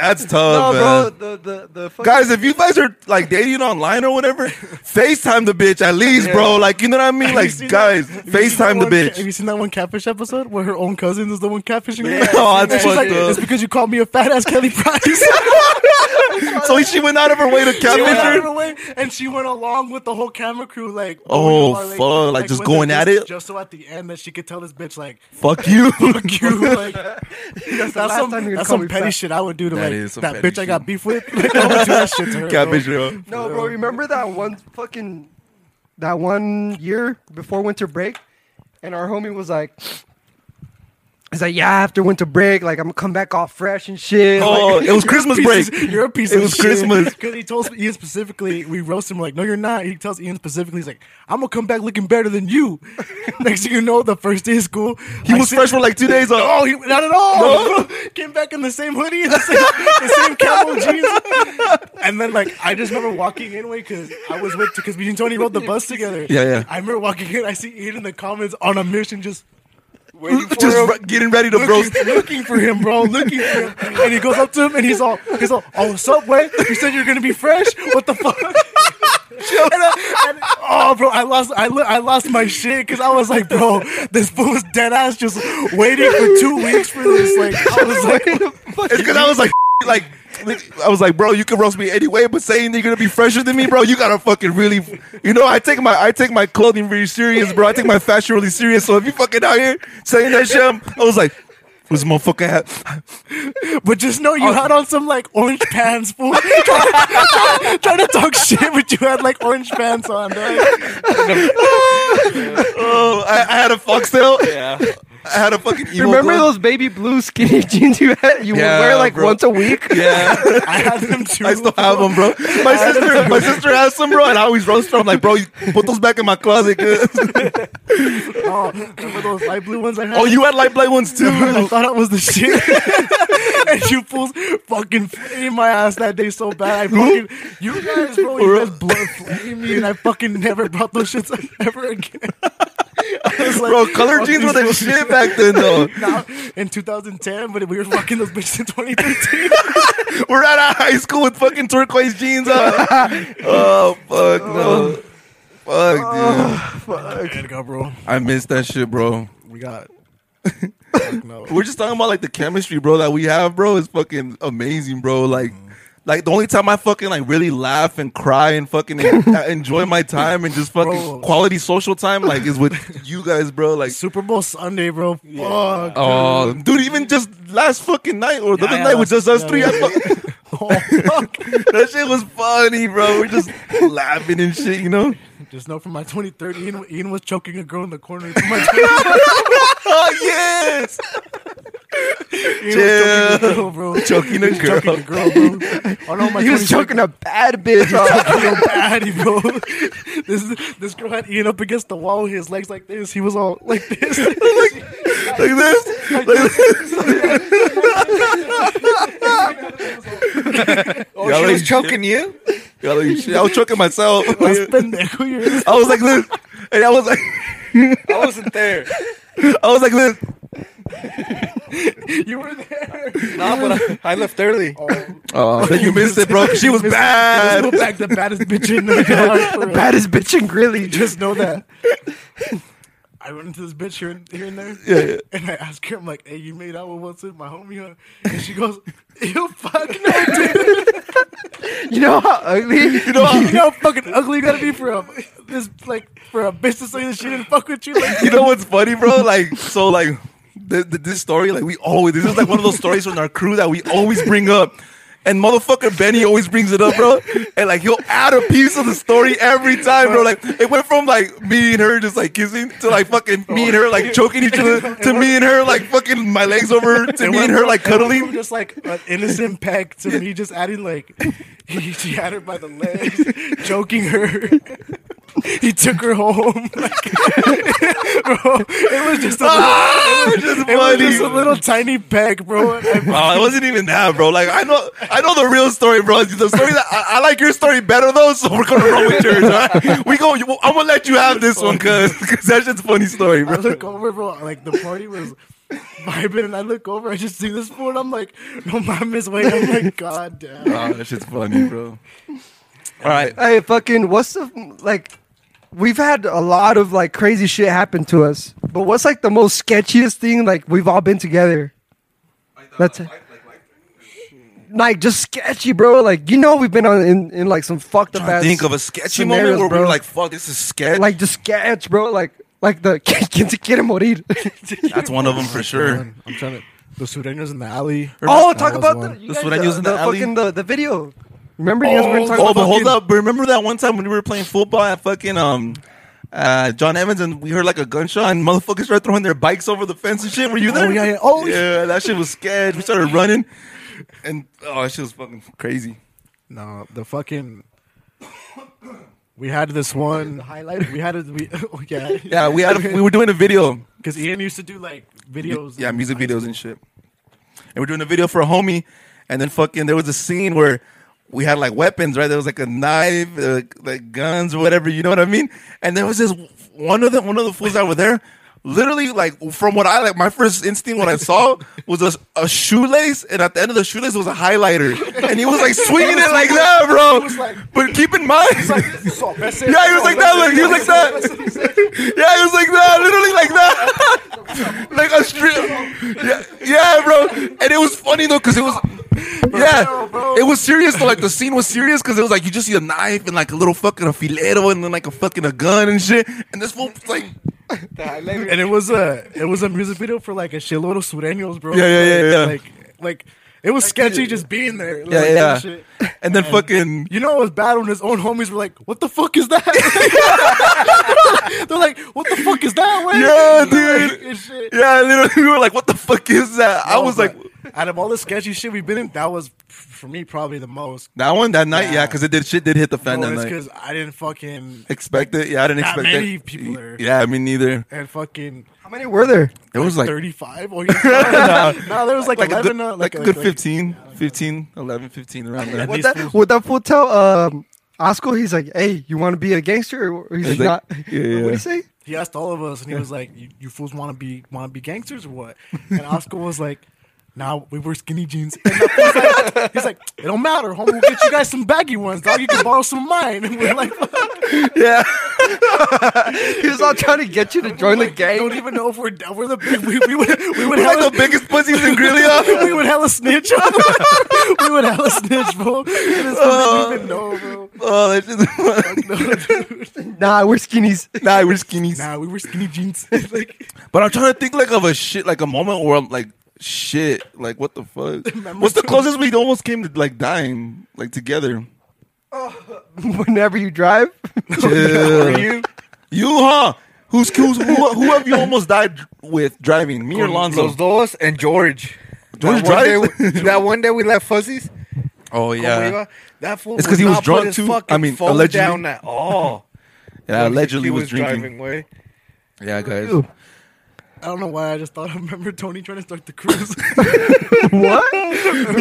S1: that's
S3: no,
S1: tough, man.
S3: bro. The the the fucking,
S1: Guys, if you guys are like dating online or whatever, FaceTime the bitch at least, bro. Like, you know what I mean?
S2: Have you
S1: Like,
S2: seen
S1: guys,
S2: that- have you seen
S1: FaceTime the
S2: that one- Have
S1: bitch.
S2: you seen that one catfish episode where her own cousin is the one catfishing her?
S1: Yeah, oh,
S2: And
S1: that's
S2: she's
S1: fucked
S2: like,
S1: up.
S2: it's because you called me a fat ass Kelly Price.
S1: So she went out of her way to
S2: she went out of
S1: catfish her.
S2: her way, and she went along with the whole camera crew, like,
S1: Oh,
S2: you know,
S1: fuck, like, just
S2: with
S1: going
S2: her
S1: at
S2: just-
S1: it?
S2: just so at the end that she could tell this bitch, like,
S1: Fuck you.
S2: fuck you, like. That's,
S3: last
S2: some,
S3: time you
S2: that's
S3: call
S2: some
S3: me
S2: petty
S3: fat.
S2: shit I would do to
S1: That
S2: like
S1: is some
S2: that
S1: petty
S2: bitch I got beef with. Like, I would do that shit to her. bro.
S1: catfish her.
S3: No, bro. Remember that one fucking that one year before winter break, and our homie was like, "He's like, yeah, after winter break, like I'm gonna come back all fresh and shit."
S1: Oh,
S3: like,
S1: it was Christmas break.
S2: You're a piece
S1: It
S2: of
S1: was Christmas.
S2: Because he told Ian specifically, we roast him like, no, you're not. He tells Ian specifically, he's like, I'm gonna come back looking better than you. Next thing you know, the first day of school,
S1: He was fresh for like two days. Like,
S2: Oh, he, not at all. Came back in the same hoodie, the same, the same camo jeans, and then like I just remember walking in way because I was with because me and Tony rode the bus together.
S1: Yeah, yeah.
S2: I remember walking in, I see Ian in the comments on a mission, just
S4: Waiting for
S1: just
S4: him.
S1: re- getting ready to roast.
S2: looking, looking for him, bro. Looking for him. And he goes up to him and he's all, he's all, oh, Subway, you said you're gonna be fresh. What the fuck? And I- and- oh, bro, I lost, I, lo- I lost my shit because I was like, bro, this fool was dead ass just waiting for two weeks for this. Like, I was like,
S1: It's because I was like, like, I was like, bro, you can roast me anyway, but saying that you're gonna be fresher than me, bro, you gotta fucking really, you know, I take my, I take my clothing really serious, bro. I take my fashion really serious. So if you fucking out here saying that shit, I'm- I was like, this motherfucker had,
S2: but just know you had on some like orange pants, fool. trying, to talk shit, but you had like orange pants on. Dog.
S1: oh, I, I had a foxtail.
S4: Yeah.
S1: I had a fucking emo
S3: remember
S1: glove.
S3: those baby blue skinny jeans you had? You
S1: Yeah,
S3: would wear like
S1: bro.
S3: once a week.
S1: Yeah,
S2: I had them too.
S1: I still have them, bro. My sister, my sister has some, bro, and I always roast her. I'm like, bro, you put those back in my closet. kid."
S2: Oh, remember those light blue ones I had?
S1: oh, you had light black ones too.
S2: I thought I was the shit. and you fools fucking flamed my ass that day so bad. I fucking you guys, bro, you guys blood flamed me, and I fucking never brought those shits up ever again. I was like,
S1: Bro, color
S2: fuck
S1: jeans were
S2: these
S1: the
S2: fools.
S1: shit back then, though.
S2: Now, in 2010, but we were fucking those bitches in 2013.
S1: We're out of high school with fucking turquoise jeans on. oh fuck no. Fuck
S2: There you go, bro.
S1: dude. I miss that shit, bro.
S2: We got. Fuck no.
S1: We're just talking about like the chemistry, bro, that we have, bro, is fucking amazing, bro. Like like the only time I fucking like really laugh and cry and fucking en- uh, enjoy my time and just fucking
S2: Bro.
S1: quality social time like is with you guys, bro. Like
S2: Super Bowl Sunday, bro. Fuck.
S1: Oh, dude! Even just last fucking night or the
S2: Yeah,
S1: other
S2: yeah,
S1: night with
S2: last-
S1: just us
S2: yeah,
S1: three, I fuck-
S2: Oh, fuck.
S1: that shit was funny, bro. We're just laughing and shit, you know.
S2: Just know from my 2030, Ian, Ian was choking a girl in the corner.
S1: Oh yes,
S2: He was choking a girl, bro.
S1: Choking a
S2: He was
S1: girl.
S2: Choking a girl, bro. Oh no, my
S3: He was choking a bad bitch. off.
S2: real bad, bro. This this girl had Ian up against the wall, his legs like this. He was all like this.
S1: like this. Like this.
S4: Oh,
S1: Y'all
S4: she was
S1: ain't
S4: choking you?
S1: Y'all like, shit, I was choking myself.
S2: Las pendejo, you're-
S1: I was like this, and I was like,
S4: I wasn't there.
S1: I was like this.
S2: you were there.
S4: Nah, but I, I left early.
S1: Oh, you missed it, bro. She was
S2: Let's go
S1: bad.
S2: back the baddest bitch in the yard. for real.
S3: Baddest bitch in Grilly.
S2: Just know that. I I run into this bitch here and, here and there.
S1: Yeah, yeah.
S2: And I ask her, I'm like, hey, you made out with what's in my homie, huh? And she goes, you fucking no, dude.
S3: You know how ugly?
S1: You know,
S2: You know how fucking ugly you gotta be for a, this, like, for a bitch to say that she didn't fuck with you? Like,
S1: you know what's funny, bro? Like, so, like, the, the, this story, like, we always, this is like one of those stories from our crew that we always bring up. And motherfucker Benny always brings it up, bro. And like he'll add a piece of the story every time, bro. Like it went from like me and her just like kissing to like fucking me and her like choking each other to me and her like fucking my legs over to me and her like
S2: From
S1: cuddling.
S2: just like an innocent peck to me, just adding like he, he had her by the legs, joking her. He took her home. Like, bro, it was just a little,
S1: Ah, just
S2: it was just a
S1: funny.
S2: little tiny peck, bro. I-
S1: Oh, it wasn't even that, bro. Like I know, I know the real story, bro. The story that I, I like your story better though, so we're gonna roll with yours. All right? We go. I'm gonna let you have this one, cause, cause that shit's a funny story,
S2: I
S1: bro.
S2: look over, bro. Like the party was vibing, and I look over. I just see this fool, and I'm like, no, mom is waiting. I'm like, god damn.
S1: Oh, that shit's funny, bro. All right,
S3: Hey, fucking, what's the like? We've had a lot of like crazy shit happen to us, but what's like the most sketchiest thing like we've all been together? That's it. Like just sketchy, bro. Like you know we've been on in, in like some fucked up.
S1: I
S3: ass
S1: think of a sketchy moment
S3: scenarios,
S1: where we
S3: bro.
S1: were like, "Fuck, this is sketch."
S3: like the sketch, bro. Like like the quien se quiere morir.
S1: that's one of them for sure.
S2: I'm trying to. The Sudanos in the alley.
S3: oh,
S2: That
S3: talk
S2: was
S3: about
S2: one.
S3: the you
S1: The
S3: guys,
S1: Sureños in the alley?
S3: fucking the, the video. Remember you guys were talking
S1: Oh,
S3: about
S1: but hold
S3: fucking-
S1: up! Remember that one time when we were playing football at fucking um. Uh, John Evans and we heard like a gunshot and motherfuckers started throwing their bikes over the fence and shit. Were you there?
S2: yeah, yeah. Oh,
S1: yeah, that shit was sketch. We started running, and oh, that shit was fucking crazy.
S2: No, the fucking. We had this one highlight. We had it. We, oh, yeah,
S1: Yeah, we had a, we were doing a video,
S2: Because Ian used to do like videos.
S1: yeah, music videos and shit, and we're doing a video for a homie, and then fucking there was a scene where we had like weapons, right? There was like a knife, uh, like guns or whatever, you know what I mean? And there was this one of the one of the fools that were there. Literally, like from what I like, my first instinct when I saw was a, a shoelace, and at the end of the shoelace was a highlighter, and he was like swinging it like that, bro. but keep in mind, Yeah, he was like that. Like, he was like that. Yeah, he was like that. Literally like that. like a strip. Yeah, yeah, bro. And it was funny though, cause it was. Yeah, it was serious. Though. Like the scene was serious because it was like you just see a knife and like a little fucking a filero and then like a fucking a gun and shit. And this fool was like,
S2: And it was a it was a music video for like a shitload of Sureños, bro.
S1: Yeah, yeah, yeah, yeah.
S2: Like like it was sketchy just being there. Like,
S1: yeah,
S2: that
S1: yeah.
S2: shit.
S1: And then fucking
S2: You know it was bad when his own homies were like, "What the fuck is that?" They're like, "What the fuck is that?" Way?
S1: yeah, dude.
S2: And shit.
S1: Yeah, literally, we were like, what the fuck is that? I
S2: No,
S1: was
S2: but
S1: like,
S2: out of all the sketchy shit we've been in, that was for me probably the most.
S1: that one that night, yeah, because it did shit did hit the fan that night.
S2: because I didn't fucking
S1: Expect it? Yeah, I didn't
S2: Not
S1: expect
S2: many
S1: it.
S2: people there.
S1: Yeah, I mean neither.
S2: and fucking
S3: How many were there?
S1: It was like
S2: 35 or no, there was like,
S1: like
S2: 11
S1: a good,
S2: uh,
S1: like, a good 15, 15, 11, 15 around there.
S3: Would that, would that fool tell um, Oscar? He's like, "Hey, you want to be a gangster?" Or he's
S1: He's
S3: like,
S1: like,
S3: "Not."
S1: yeah, yeah.
S3: What do you say?
S2: he asked all of us and he was like you, you fools want to be want to be gangsters or what and Oscar was like nah, we wear skinny jeans and that fool's like, he's like it don't matter homie we'll get you guys some baggy ones dog you can borrow some of mine and we're like
S1: yeah,
S3: He was all trying to get you to join the gang.
S2: I don't even know if we're down. we're the big we, we would we would
S1: we're like
S2: hella,
S1: the biggest pussies in Greeley.
S2: we would hella snitch we would hella snitch bro This fool didn't even know bro
S1: Oh, that's just
S3: Nah, we're skinnies.
S1: nah, we're skinnies.
S2: nah we were skinny jeans like
S1: But I'm trying to think like of a shit, like a moment where I'm like, shit, like what the fuck?
S2: Remember-
S1: What's the closest we almost came to like dying, like together?
S3: Whenever you drive,
S1: Yeah. you? huh? Who's, who's who, who have you almost died with driving? Me or Lonzo?
S4: Los dos and George.
S1: George
S4: that one, day,
S1: drives?
S4: we- that one day we left Fuzzies.
S1: Oh
S4: Como iba, that fool
S1: It's
S4: would
S1: 'cause he
S4: not
S1: was
S4: put
S1: drunk
S4: his
S1: too.
S4: fucking
S1: I mean,
S4: phone
S1: allegedly.
S4: down at all.
S1: Yeah, allegedly
S4: He
S1: was drinking.
S4: driving. Way.
S1: Yeah, guys.
S3: Ew.
S2: I don't know why I just thought I remember Tony trying to start the cruise.
S1: Me,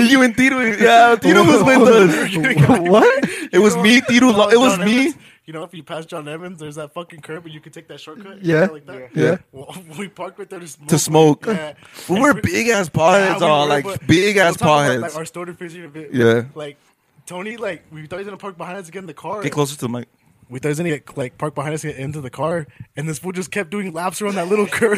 S1: you and Tito. Yeah, Tito was with us.
S3: what?
S1: It was me, Tito. Lo- It was
S2: John
S1: me.
S2: Evans, you know, if you pass John Evans, there's that fucking curb, and you can take that shortcut.
S3: Yeah.
S2: like that.
S3: Yeah.
S2: Well, we parked right there to smoke.
S1: To smoke.
S2: Yeah.
S1: We were big ass potheads,
S2: Yeah, we
S1: all
S2: were,
S1: like
S2: but
S1: big
S2: we'll
S1: ass
S2: talk about, Like
S1: potheads.
S2: our stoner face in a bit.
S1: Yeah.
S2: Like Tony, like we thought he was gonna park behind us again in the car.
S1: Get closer to the mic.
S2: we thought he was gonna get like parked behind us and get into the car, and this fool just kept doing laps around that little curve,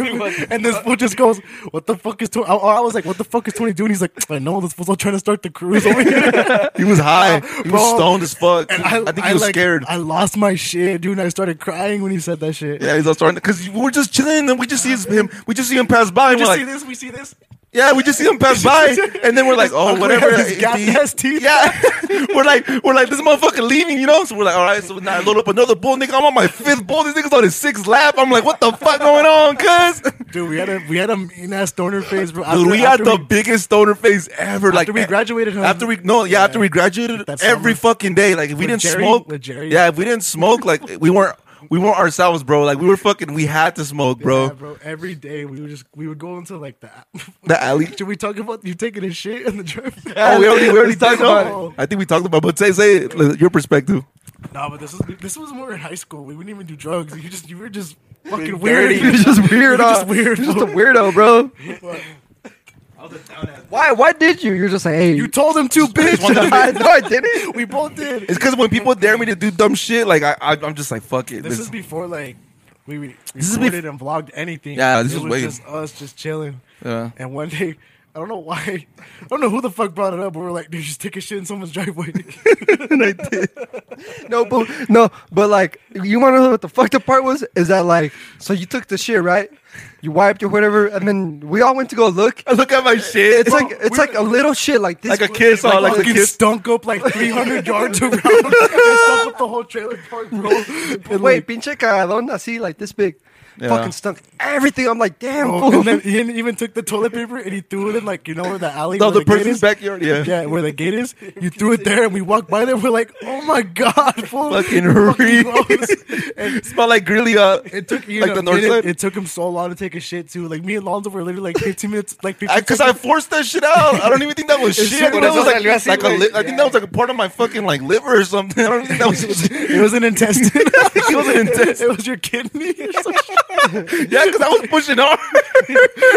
S2: and this fool just goes, "What the fuck is Tony?" I, I was like, "What the fuck is Tony doing?" He's like, "I know this fool's all trying to start the cruise over here."
S1: He was high. He was
S2: Bro.
S1: stoned as fuck.
S2: And
S1: I, think he was
S2: like,
S1: scared.
S2: I lost my shit, dude. And I started crying when he said that shit.
S1: yeah, he's all starting because we're just chilling and we just see his, him. We just see him pass by.
S2: We
S1: And we're
S2: just see
S1: like,
S2: this. We see this.
S1: yeah, we just see him pass by, and then we're like,
S2: His
S1: oh,
S2: uncle
S1: whatever.
S2: has his
S1: he-
S2: gap
S1: he-
S2: ass teeth.
S1: Yeah, we're like, we're like, this motherfucker leaving, you know. So we're like, all right. So now I load up another bull, nigga. I'm on my fifth bull. This nigga's on his sixth lap. I'm like, what the fuck going on, cuz?
S2: Dude, we had a we had a mean ass stoner phase, bro.
S1: Dude,
S2: After-
S1: we had
S2: after
S1: the
S2: we-
S1: biggest stoner face ever. like eh,
S2: we graduated, huh?
S1: After we no, yeah, after we graduated,
S2: That
S1: every fucking day. Like if we
S2: With
S1: didn't
S2: Jerry-
S1: smoke,
S2: with Jerry.
S1: yeah, if we didn't smoke, like we weren't we weren't ourselves, bro. Like we were fucking. We had to smoke, bro.
S2: Yeah, bro, every day we would just we would go into like that.
S1: The alley.
S2: Should we talk about you taking a shit in the drive?
S1: Oh, we already, we already
S3: Let's
S1: talked
S3: talk
S1: about
S2: about
S1: it. I think we talked about, it, but say say it, like, your perspective.
S2: No, but this was this was more in high school. We wouldn't even do drugs. You just you were just fucking weird.
S4: dirty.
S3: You're just weird.
S2: You're just
S3: huh?
S2: weird,
S3: You're just a
S2: bro.
S3: weirdo, bro. Why? Why did you? You're just like, hey,
S2: You told him to, bitch.
S3: I, no, I didn't.
S2: we both did.
S1: It's because when people dare me to do dumb shit, like I, I I'm just like fuck it.
S2: This
S1: This
S2: is before like we re-
S1: is
S2: recorded and vlogged anything.
S1: Yeah, this
S2: it
S1: is
S2: was
S1: way-
S2: just us just chilling.
S1: Yeah.
S2: And one day, I don't know why, I don't know who the fuck brought it up, but we are like, dude, just take a shit in someone's driveway.
S3: No, but no, but like, you want to know what the fucked up part was? Is that like, so you took the shit, right? You wiped or whatever, and then we all went to go look.
S1: I look at my shit.
S3: It's like it's like a little shit like
S1: like
S3: this.
S1: a kiss,
S2: like,
S1: all Oh, like the
S2: fucking
S1: kiss.
S2: stunk up like 300 yards around. I stunk up the whole trailer park, bro. And,
S3: Wait,
S2: like,
S3: pinche cagadón, así like this big,
S1: Yeah.
S3: fucking stunk everything. I'm like, damn,
S2: bro,
S3: fool.
S2: Oh, and then he even took the toilet paper and he threw it in like you know where the alley.
S1: No, the
S2: where gate
S1: person's
S2: is?
S1: backyard, yeah.
S2: yeah, where the gate is. You threw it there, and we walked by there. We're like, oh my god, fool.
S1: Fucking
S2: Fucking
S1: reek.
S2: gross. and
S1: Smell like grilly uh
S2: it took you
S1: like
S2: like
S1: the north side.
S2: It took him so long to take a shit too. Like me and Lonzo were literally like 15 minutes, like 15
S1: Because I,
S2: seconds.
S1: forced that shit out. I don't even think that was
S2: It's
S1: shit.
S2: so-
S1: That was
S4: it's
S1: like,
S4: so-
S1: like a li- I think that was like a part of my fucking like liver or something. I don't think that was.
S2: it was an intestine.
S1: It was an intestine.
S2: it was your kidney. or some shit.
S1: Yeah, because I was pushing hard.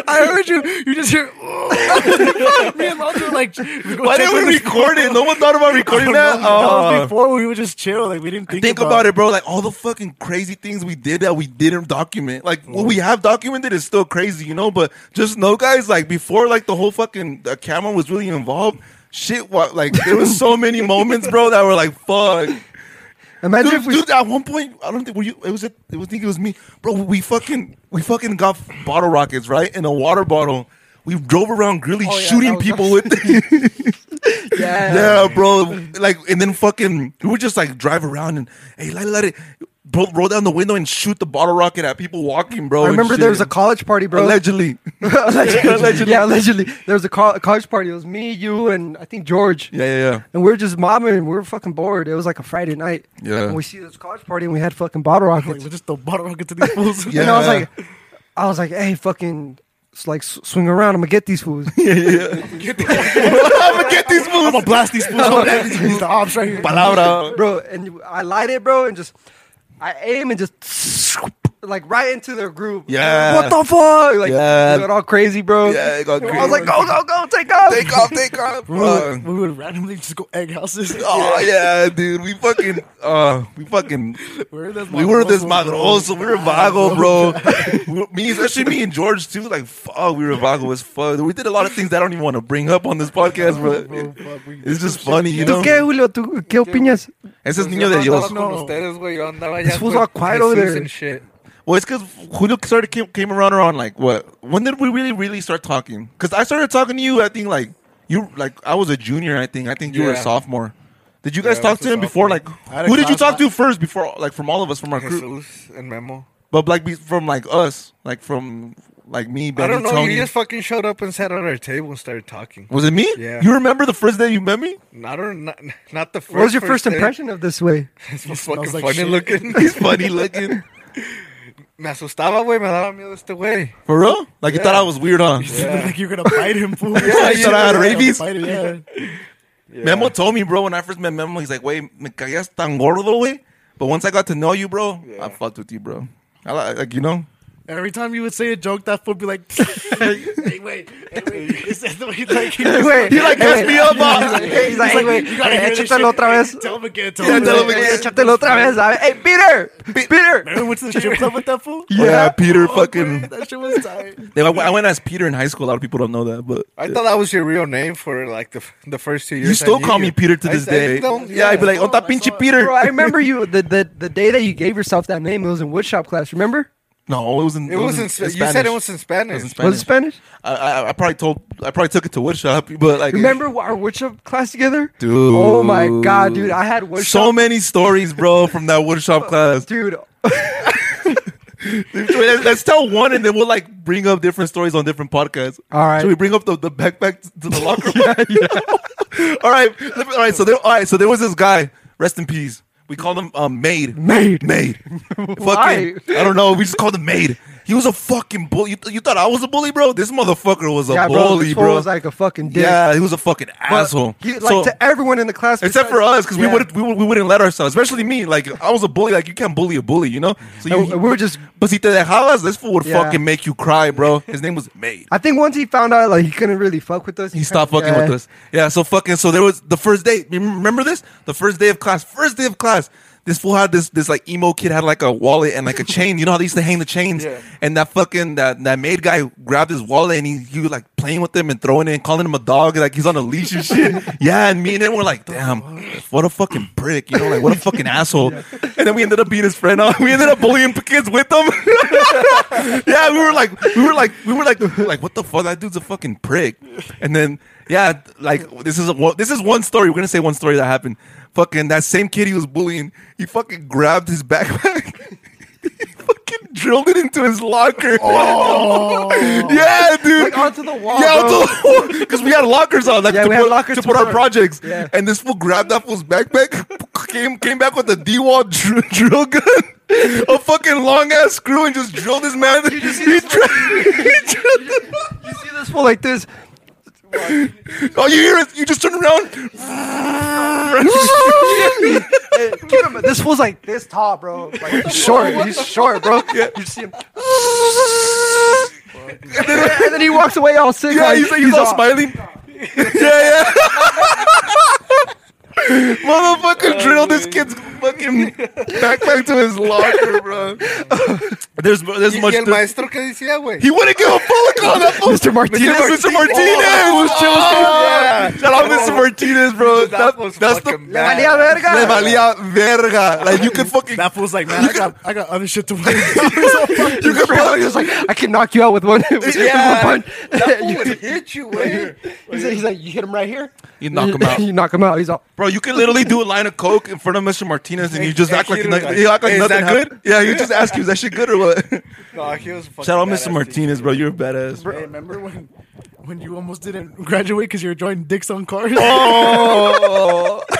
S2: I heard you. You just hear. "Oh." me and Lonzo like. we go
S1: Why
S2: check
S1: didn't
S2: on
S1: we
S2: this-
S1: record it? No one thought about recording
S2: I
S1: that.
S2: don't know. that
S1: Oh.
S2: was before we would just chill. Like we didn't think,
S1: Think about it, bro. Like all the fucking crazy things we did that we didn't document. Like what we have documented is still crazy, you know. But just know, guys, like before, like the whole fucking the camera was really involved. Shit, what? Like there was so many moments, bro, that were like, fuck.
S3: Imagine
S1: dude,
S3: if we
S1: dude, at one point, I don't think were you. It was. It, it was. I think it was me, bro. We fucking. We fucking got bottle rockets right in a water bottle. We drove around Greeley
S3: Oh, yeah,
S1: shooting
S3: that was
S1: people with.
S3: yeah.
S1: yeah, bro. Like, and then fucking, we would just like drive around and hey, let, let it, bro, roll down the window and shoot the bottle rocket at people walking, bro.
S3: I
S1: and
S3: remember there
S1: shit.
S3: was a college party, bro.
S1: allegedly.
S3: allegedly.
S1: Allegedly.
S3: Yeah, allegedly. There was a col- college party. It was me, you, and I think George.
S1: Yeah, yeah,
S3: And we were just mobbing. We were fucking bored. It was like a Friday night.
S1: Yeah.
S3: And we see this college party and we had fucking bottle
S2: Like,
S3: rockets.
S2: we just throw bottle rockets to these fools.
S1: Yeah.
S3: And I was like, I was like, hey, fucking, it's like s- swing around. I'm gonna get these fools.
S1: yeah, yeah. yeah. I'm gonna get these
S2: I'm
S1: moves.
S2: gonna blast these fools. He's the ops right here.
S1: Uh, Palabra.
S3: bro. And I light it, bro, and just I aim and just like right into their group.
S1: Yeah.
S3: What the fuck? Like
S1: Yeah.
S3: it got all crazy, bro.
S1: Yeah, it got
S3: I was like, oh,
S1: crazy.
S3: go, go, go, take off.
S1: Take off, take off.
S2: We
S1: bro.
S2: would, we would randomly just go egg houses.
S1: Oh yeah, dude. We fucking uh we fucking
S2: We're this
S1: we were this
S2: Madroso,
S1: magroso. We were vago, bro. me especially me and George too, like fuck, we were vago as fuck. We did a lot of things that I don't even want to bring up on this podcast, bro. It's just funny, you know.
S3: ¿Tú qué, Julio? ¿Tú qué opinas?
S1: Ese es niño de Dios.
S4: Con ustedes, güey. Yo andaba ya
S3: This fool's
S4: con
S3: all quiet over
S4: Jesus
S3: there.
S4: and shit.
S1: Well, it's because Julio started came, came around around like what? When did we really really start talking? Because I started talking to you. I think like you like I was a junior. I think I think you were a
S4: Yeah.
S1: sophomore. Did you guys
S4: Yeah, I
S1: talk
S4: was
S1: to
S4: a
S1: him before? Like,
S4: sophomore.
S2: I had a
S1: who did you
S2: class-
S1: talk to first before? Like from all of us from our group.
S4: Jesus and Memo.
S1: But like be- from like us, like from like me,
S4: I
S1: Benny,
S4: don't know.
S1: Tony.
S4: You just fucking showed up and sat at our table and started talking.
S1: was it me?
S4: Yeah.
S1: You remember the first day you met me?
S4: Not, or, not, not the first.
S3: What was your first
S4: day.
S3: impression of this way?
S4: This was
S2: smells
S4: fucking
S2: like
S4: funny
S2: shit.
S4: looking.
S1: He's funny looking.
S4: Me asustaba, güey. Me daba miedo este güey.
S1: For real? Like you thought I was weird, huh?
S2: like you're gonna bite him, fool.
S1: I thought I had
S2: You're gonna
S1: rabies.
S2: bite him, yeah.
S1: Memo told me, bro, when I first met Memo, he's like, "Wait, me caías tan gordo, way." But once I got to know you, bro, I
S4: Yeah.
S1: fucked with you, bro. I like, like you know,
S2: Every time you would say a joke, that fool would be like, "Hey, wait, hey, wait." Is that the way like he just-
S3: Wait,
S1: He like
S3: hey,
S1: messed me up.
S2: He's
S1: ma.
S2: like,
S3: He's like, hey, wait,
S2: you gotta
S3: hey,
S2: hear this
S3: échatelo
S2: shit.
S3: otra
S2: Hey,
S3: vez.
S2: Tell him again. Tell
S1: Yeah,
S2: him
S1: tell
S2: again.
S1: him again. Oh,
S3: Hey, échatelo otra vez. a ver. Hey, Peter, P- Peter.
S2: Remember we went to the strip club with that fool?
S1: Yeah, Peter
S4: Oh,
S1: fucking.
S2: That shit was tight.
S1: I went- I went as Peter in high school. A lot of people don't know that, but
S4: I thought that was your real name for like the f- the first two years.
S1: you
S4: I
S1: still
S4: knew
S1: call
S4: you.
S1: me Peter to
S4: I
S1: this
S4: said,
S1: day.
S4: "Don't-
S1: Yeah, I'd be like,
S2: I saw
S1: "Onta
S2: it, I
S1: pinche
S2: saw it."
S1: Peter."
S3: Bro, I remember you the, the the day that you gave yourself that name. It was in woodshop class. Remember?
S1: No, it was in.
S4: It was in,
S1: Spanish.
S4: You said it was in
S1: It
S4: Spanish.
S1: was in
S3: Was it
S1: Spanish.
S3: Spanish?
S1: I, I, I probably told. I probably took it to woodshop, but like,
S3: Remember our woodshop class together?
S1: dude.
S3: Oh my god, dude! I had woodshop.
S1: So many stories, bro, from that woodshop class.
S3: dude.
S1: Dude, let's, let's tell one, and then we'll like bring up different stories on different podcasts.
S3: All right.
S1: Should we bring up the, the backpack to the locker room? all right. Let me- All right. So there. All right. So there was this guy. Rest in peace. We called him um, Maid.
S3: Maid.
S1: Maid.
S3: Why?
S1: Fucking. I don't know. We just called him Maid. He was a fucking bully. You, th- you thought I was a bully, bro? This motherfucker was a
S3: Yeah, bro,
S1: bully,
S3: this
S1: bro.
S3: fool was like a fucking dick.
S1: yeah, he was a fucking
S3: But
S1: asshole.
S3: He, like
S1: So-
S3: to everyone in the class,
S1: Except for us, because we
S3: Yeah.
S1: wouldn't we, would- we wouldn't let ourselves, especially me. Like I was a bully. Like you can't bully a bully, you know. So you,
S3: And we were just-
S1: But si te dejabas, this fool would
S3: Yeah.
S1: fucking make you cry, bro. His name was Maid.
S3: I think once he found out like he couldn't really fuck with us,
S1: He stopped fucking
S3: yeah.
S1: with us. Yeah. So fucking. So there was the first day. you Remember this? The first day of class. First day of class. This fool had this this like emo kid had like a wallet and like a chain. You know how they used to hang the chains.
S4: Yeah.
S1: And that fucking that that maid guy grabbed his wallet and he, he was like playing with him and throwing it and calling him a dog like he's on a leash and shit. yeah, and me and him were like, damn, what a fucking prick, you know, like what a fucking asshole. And then we ended up being his friend. Up. We ended up bullying the kids with him. yeah, we were like, we were like, we were like, like what the fuck? That dude's a fucking prick. And then yeah, like this is a one- this is one story. We're gonna say one story that happened. Fucking that same kid he was bullying, he fucking grabbed his backpack. he fucking Drilled it into his locker. yeah, dude.
S3: Like onto the wall. bro.
S1: Yeah, because Oh, we had lockers on, like
S3: Yeah,
S1: to,
S3: we had
S1: put,
S3: lockers
S1: to
S3: to
S1: put our
S3: put-
S1: projects.
S3: yeah.
S1: And this fool grabbed that fool's backpack, came came back with a D wall dr- drill gun, a fucking long ass screw, and just drilled his man. He, dri- he drilled him.
S3: You see this fool like this?
S1: All Oh, you hear is you just turn around.
S3: Hey, Get him! This fool's like this tall, bro. Like short. He's short, bro. You see him, and then he walks away all sick.
S1: Yeah,
S3: like,
S1: he's like he's, all
S3: off.
S1: smiling. yeah, yeah. Motherfucker drilled this kid's fucking backpack to his locker, bro. There's there's
S4: Y-
S1: much.
S4: y el maestro que decía, güey.
S1: He wouldn't give a fuck on that fool.
S3: Mr. Martinez.
S1: Mr. Martinez. Oh, was chill as fuck.
S4: yeah.
S1: Shout out Mr. Martinez, bro.
S4: Dude, that was
S1: that's the.
S4: fucking
S3: Le
S4: bad.
S3: valía verga.
S1: Le valia verga. Like you could fucking.
S2: That fool's like, man, I got, I got other shit to worry
S1: You could probably
S3: He was like, I can knock you out with one. With
S4: Yeah.
S3: one punch.
S4: That fool would hit you, güey.
S3: he's, like, he's like, you hit him right here.
S1: You knock him out.
S3: you knock him out. He's all.
S1: Bro, you can literally do a line of coke in front of Mr. Martinez and you just
S4: Hey,
S1: act like,
S4: hey,
S1: nothing-
S4: like,
S1: you act like
S4: hey, is
S1: nothing
S4: that
S1: happened. Yeah, you just ask you, is that shit good or what?
S4: No, he was a fucking
S1: Shout out
S4: badass
S1: Mr.
S4: dude.
S1: Martinez, bro. You're a badass. Bro.
S2: Hey, remember when, when you almost didn't graduate because you were drawing dicks on cars?
S1: Oh.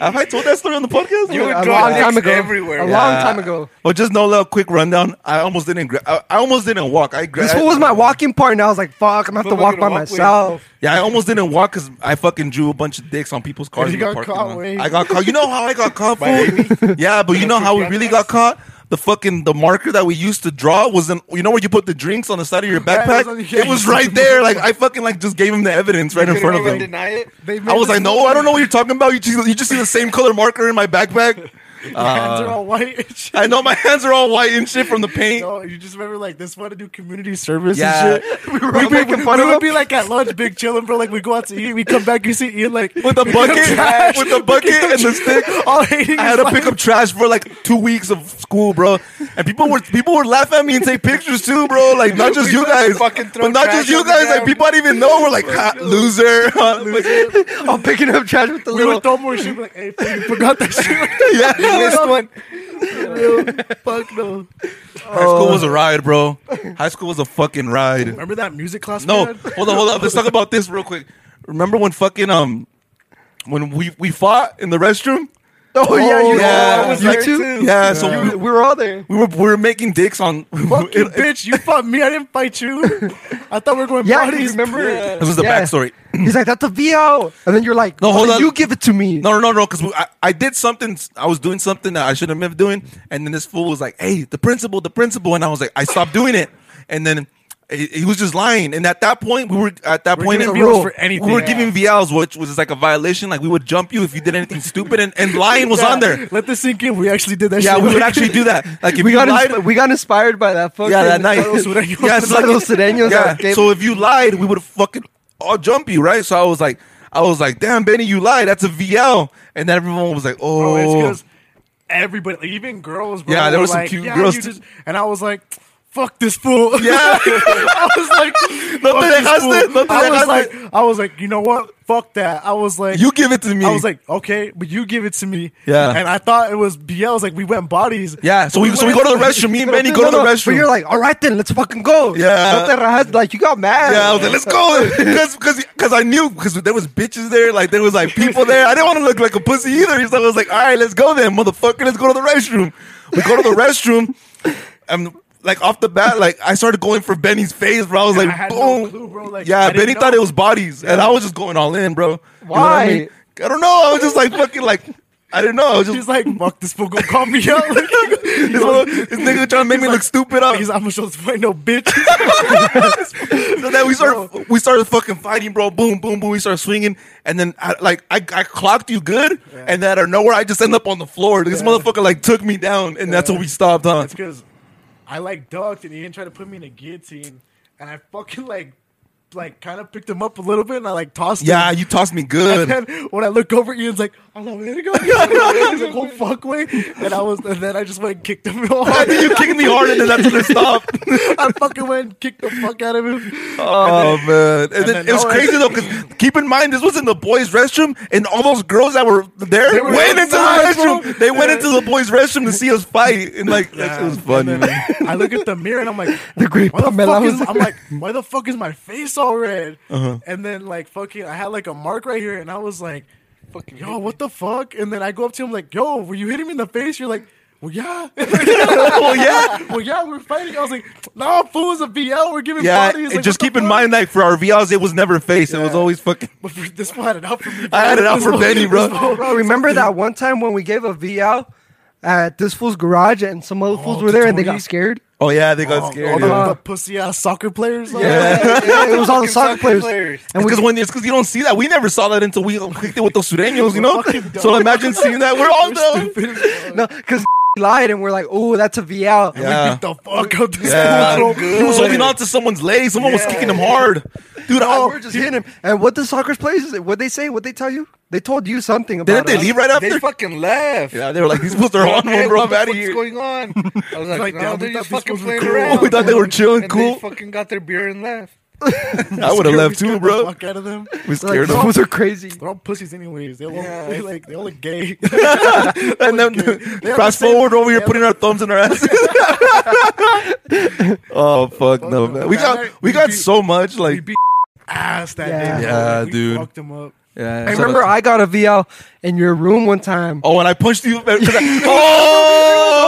S1: Have I told that story on the podcast?
S4: You
S3: a
S4: were
S3: long
S4: drawing
S3: time
S4: dicks
S3: ago.
S4: everywhere.
S3: A
S4: Yeah.
S3: long time ago.
S1: Well, just no little quick rundown. I almost didn't. Gra- I, I almost didn't walk. I gra-
S3: This fool was my walking partner. I was like, fuck, I'm gonna have to
S4: Who am I
S3: walk by
S4: gonna walk with?
S3: myself.
S1: Yeah, I almost didn't walk because I fucking drew a bunch of dicks on people's cars.
S2: You
S1: in the
S2: got
S1: parking
S2: caught,
S1: lot.
S2: Wayne.
S1: I got caught. You know how I got caught, fool? Yeah, but you know how we really got caught. The fucking the marker that we used to draw was in you know where you put the drinks on the side of your
S2: Yeah, it
S1: backpack.
S2: was on- yeah,
S1: it was
S2: you-
S1: right there. Like I fucking like just gave him the evidence right
S4: You
S1: in
S4: couldn't
S1: front of
S4: even
S1: him.
S4: Deny it.
S2: They made
S1: I was
S2: this
S1: like, no,
S2: fool-
S1: I don't know what you're talking about. You just, you just see the same color marker in my backpack.
S2: Your hands
S1: Uh.
S2: are all white and shit.
S1: I know my hands are all white and shit from the paint.
S2: No, you just remember like this want to do community service
S1: Yeah.
S2: and shit.
S1: We were
S2: We'd
S1: all
S2: be-
S1: making fun
S2: we
S1: of
S2: would
S1: him.
S2: be like at lunch, big chilling, bro. Like we go out to eat, we come back, you see Ian like
S1: With the bucket, with the bucket and the stick.
S2: all hating.
S1: I had
S2: his
S1: to
S2: life.
S1: pick up trash for like two weeks of school, bro. And people were people would laugh at me and take pictures too, bro. Like not just you guys,
S4: Fucking throw
S1: but not just
S4: trash
S1: you
S4: on the
S1: guys. Like
S4: ground.
S1: people I didn't even know were like "Ha, loser, huh, loser.
S3: I'm picking up trash with the
S2: We
S3: little.
S2: would throw more shit. Like, hey, fool, you forgot that shit.
S1: yeah.
S4: Missed one.
S2: Fuck no.
S1: High school was a ride, bro. High school was a fucking ride.
S2: Remember that music class?
S1: No,
S2: we had?
S1: hold on, hold on. Let's talk about this real quick. Remember when fucking um when we we fought in the restroom?
S3: Oh, yeah, you,
S1: yeah.
S3: yeah. I was
S1: You
S3: there
S1: too?
S3: too.
S1: Yeah, so
S3: You-
S1: we-
S3: we were all there.
S1: We were we were making dicks on.
S2: Fuck you,
S1: it- it-
S2: bitch. You fought me. I didn't fight you. I thought we were going
S3: Yeah, you
S2: bodies.
S3: remember?
S1: This was the
S3: Yeah.
S1: backstory.
S3: He's like, that's a VO. And then you're like,
S1: No,
S3: no,
S1: hold on.
S3: you give it to me.
S1: No, no, no, because I, I did something. I was doing something that I shouldn't have been doing, and then this fool was like, "Hey, the principal, the principal," and I was like, "I stopped doing it," and then he, he was just lying. And at that point, we were at that
S2: We're
S1: point
S2: giving
S1: we
S2: VLs
S1: were-
S2: for anything.
S1: We were
S2: Yeah.
S1: giving VLs, which was like a violation. Like we would jump you if you did anything stupid, and, and lying was
S2: Yeah,
S1: on there.
S2: Let this sink in. We actually did that.
S1: Yeah,
S2: shit.
S1: we would actually do that. Like if
S3: we
S1: you
S3: got
S1: lied,
S3: insp- we got inspired by that fucking
S1: yeah, that night.
S2: Los Sureños.
S1: yeah, so,
S3: Los Sureños
S1: yeah.
S3: escape.
S1: so if you lied, we would fucking all jump you, right? So I was like, I was like, damn, Benny, you lied. That's a VL. And then everyone was like,
S2: bro. It's
S1: oh.
S2: because everybody, like, even girls, bro.
S1: Yeah, there were some
S2: like,
S1: cute
S2: yeah,
S1: girls
S2: you
S1: too.
S2: just- and I was like, "Fuck this fool."
S1: Yeah.
S2: I was like,
S1: No
S2: "Fuck
S1: te
S2: this
S1: dejaste,
S2: fool."
S1: no te
S2: I was
S1: dejaste.
S2: like, I was like, you know what? Fuck that. I was like,
S1: you give it to me.
S2: I was like, okay, but you give it to me.
S1: Yeah.
S2: And I thought it was BL's. Like we went bodies.
S1: yeah. So we so we go to the restroom. Me and Benny go to the restroom.
S3: But you're like, all right then, let's fucking go.
S1: Yeah.
S3: No te rajas. Like, you got mad.
S1: yeah, I was like, let's go, because because I knew because there was bitches there, like there was like people there. I didn't want to look like a pussy either, so I was like, all right, let's go then, motherfucker, let's go to the restroom. We go to the restroom, and like off the bat, like I started going for Benny's face, bro. I was
S2: And
S1: like,
S2: I had
S1: boom,
S2: no clue, bro. Like, I
S1: yeah.
S2: didn't
S1: Benny thought
S2: know.
S1: it was bodies, and I was just going all in, bro. You know what I,
S3: Why?
S1: mean? I don't know. I was just like fucking like I didn't know. I was just
S2: He's like, "Fuck this fool. Go call me out."
S1: this, little- this nigga trying to make me look stupid. I,
S2: He's like, I'm gonna show this boy no bitch.
S1: So then we started, we started fucking fighting, bro. Boom, boom, boom. We started swinging, and then I, like I, I clocked you good, and then out of nowhere I just end up on the floor. This motherfucker like took me down, and that's when we stopped, huh?
S2: It's because I like ducked and he didn't try to put me in a guillotine, and I fucking like, like kind of picked him up a little bit and I like tossed
S1: Yeah,
S2: him.
S1: you tossed me
S2: And
S1: good.
S2: then when I look over, Ian's like, "Oh, "I love it." He's like, "Oh fuck, wait!" And I was, and then I just went and kicked him. All
S1: I think you kicked me hard, and then that's when it stopped.
S2: I fucking went and kicked the fuck out of him.
S1: Oh man, and then,
S2: then
S1: it was
S2: no-
S1: crazy though. Because keep in mind, this was in the boys' restroom, and all those girls that were there
S2: They were
S1: went into the
S2: outside,
S1: restroom.
S2: bro.
S1: They went into the boys' restroom to see us fight, and like that shit was funny.
S2: And
S1: man.
S2: then I look at the mirror and I'm like,
S3: The great
S2: why the
S3: Pamela
S2: fuck
S3: was-
S2: is, I'm like, why the fuck is my face all red?
S1: Uh-huh.
S2: And then like fucking, I had like a mark right here, and I was like, fucking, yo, what the fuck? And then I go up to him like, yo, were you hitting me in the face? You're like. Well, yeah. well, yeah. Well, yeah, we're fighting. I was like, no, fool is a BL. We're giving
S1: Yeah,
S2: bodies.
S1: and
S2: Like,
S1: just
S2: what the
S1: keep in
S2: fuck?
S1: mind, like for our VLs, it was never face. It was always fucking.
S2: But for- this one had it out for me.
S1: I had it out
S2: This
S1: for
S2: one-
S1: Benny, bro.
S2: this one-
S3: Bro, remember that one time when we gave a VL at this fool's garage and some other fools
S2: Oh,
S3: were there and they
S2: Tony.
S3: got scared?
S1: Oh yeah, they got
S2: All the,
S1: scared.
S2: all the-
S1: yeah.
S2: the pussy ass soccer players. like-
S3: Yeah, yeah, it was all the
S4: Fucking
S3: soccer
S4: soccer
S3: players.
S4: players.
S3: And we
S1: because when it's because you don't see that, we never saw that until we clicked it with those sureños, you know.
S2: fucking dumb.
S1: So imagine seeing that. We're all dumb.
S2: Stupid.
S3: no, because lied and we're like, oh, that's a VL.
S1: Yeah.
S2: Get the fuck out this
S1: Yeah.
S2: school, bro.
S1: He was holding on to someone's leg. Someone was kicking him hard, dude.
S3: And
S1: Oh,
S3: we're just hitting him. And what the soccer players? What they say? What they tell you? They told you something about
S1: didn't they
S3: us.
S1: leave right after?
S4: They fucking left.
S1: yeah, they were like, "These fools are on
S4: Hey,
S1: one, bro.
S4: what
S1: I'm
S4: the
S1: out of
S4: fuck's
S1: here."
S4: going on? I was like,
S2: Like,
S4: no,
S2: damn, we
S4: they're just
S2: thought
S4: fucking
S2: these fools
S4: playing
S2: were
S4: around.
S2: cool.
S1: We thought they were chill and
S4: And
S1: cool.
S4: They fucking got their beer and left.
S1: I would have
S2: Scared-
S1: left
S2: scared
S1: too,
S2: the
S1: bro.
S2: Fuck out of them.
S1: We
S3: They're like,
S1: scared
S3: those
S1: them.
S3: fools are crazy.
S2: They're all pussies, anyways. They all,
S4: Yeah.
S2: they like they all look gay.
S1: And then
S2: Okay. They have
S1: fast
S2: the same-
S1: forward over here,
S2: they have
S1: putting our thumbs in our asses. oh fuck no, man! We got we got so much
S2: we
S1: like
S2: beat ass that
S3: Yeah.
S2: day. bro.
S1: Yeah,
S2: Like, we
S1: dude.
S2: Fucked them up.
S1: Yeah,
S3: I remember I got a VL in your room one time.
S1: Oh, and I punched you. 'cause I- oh,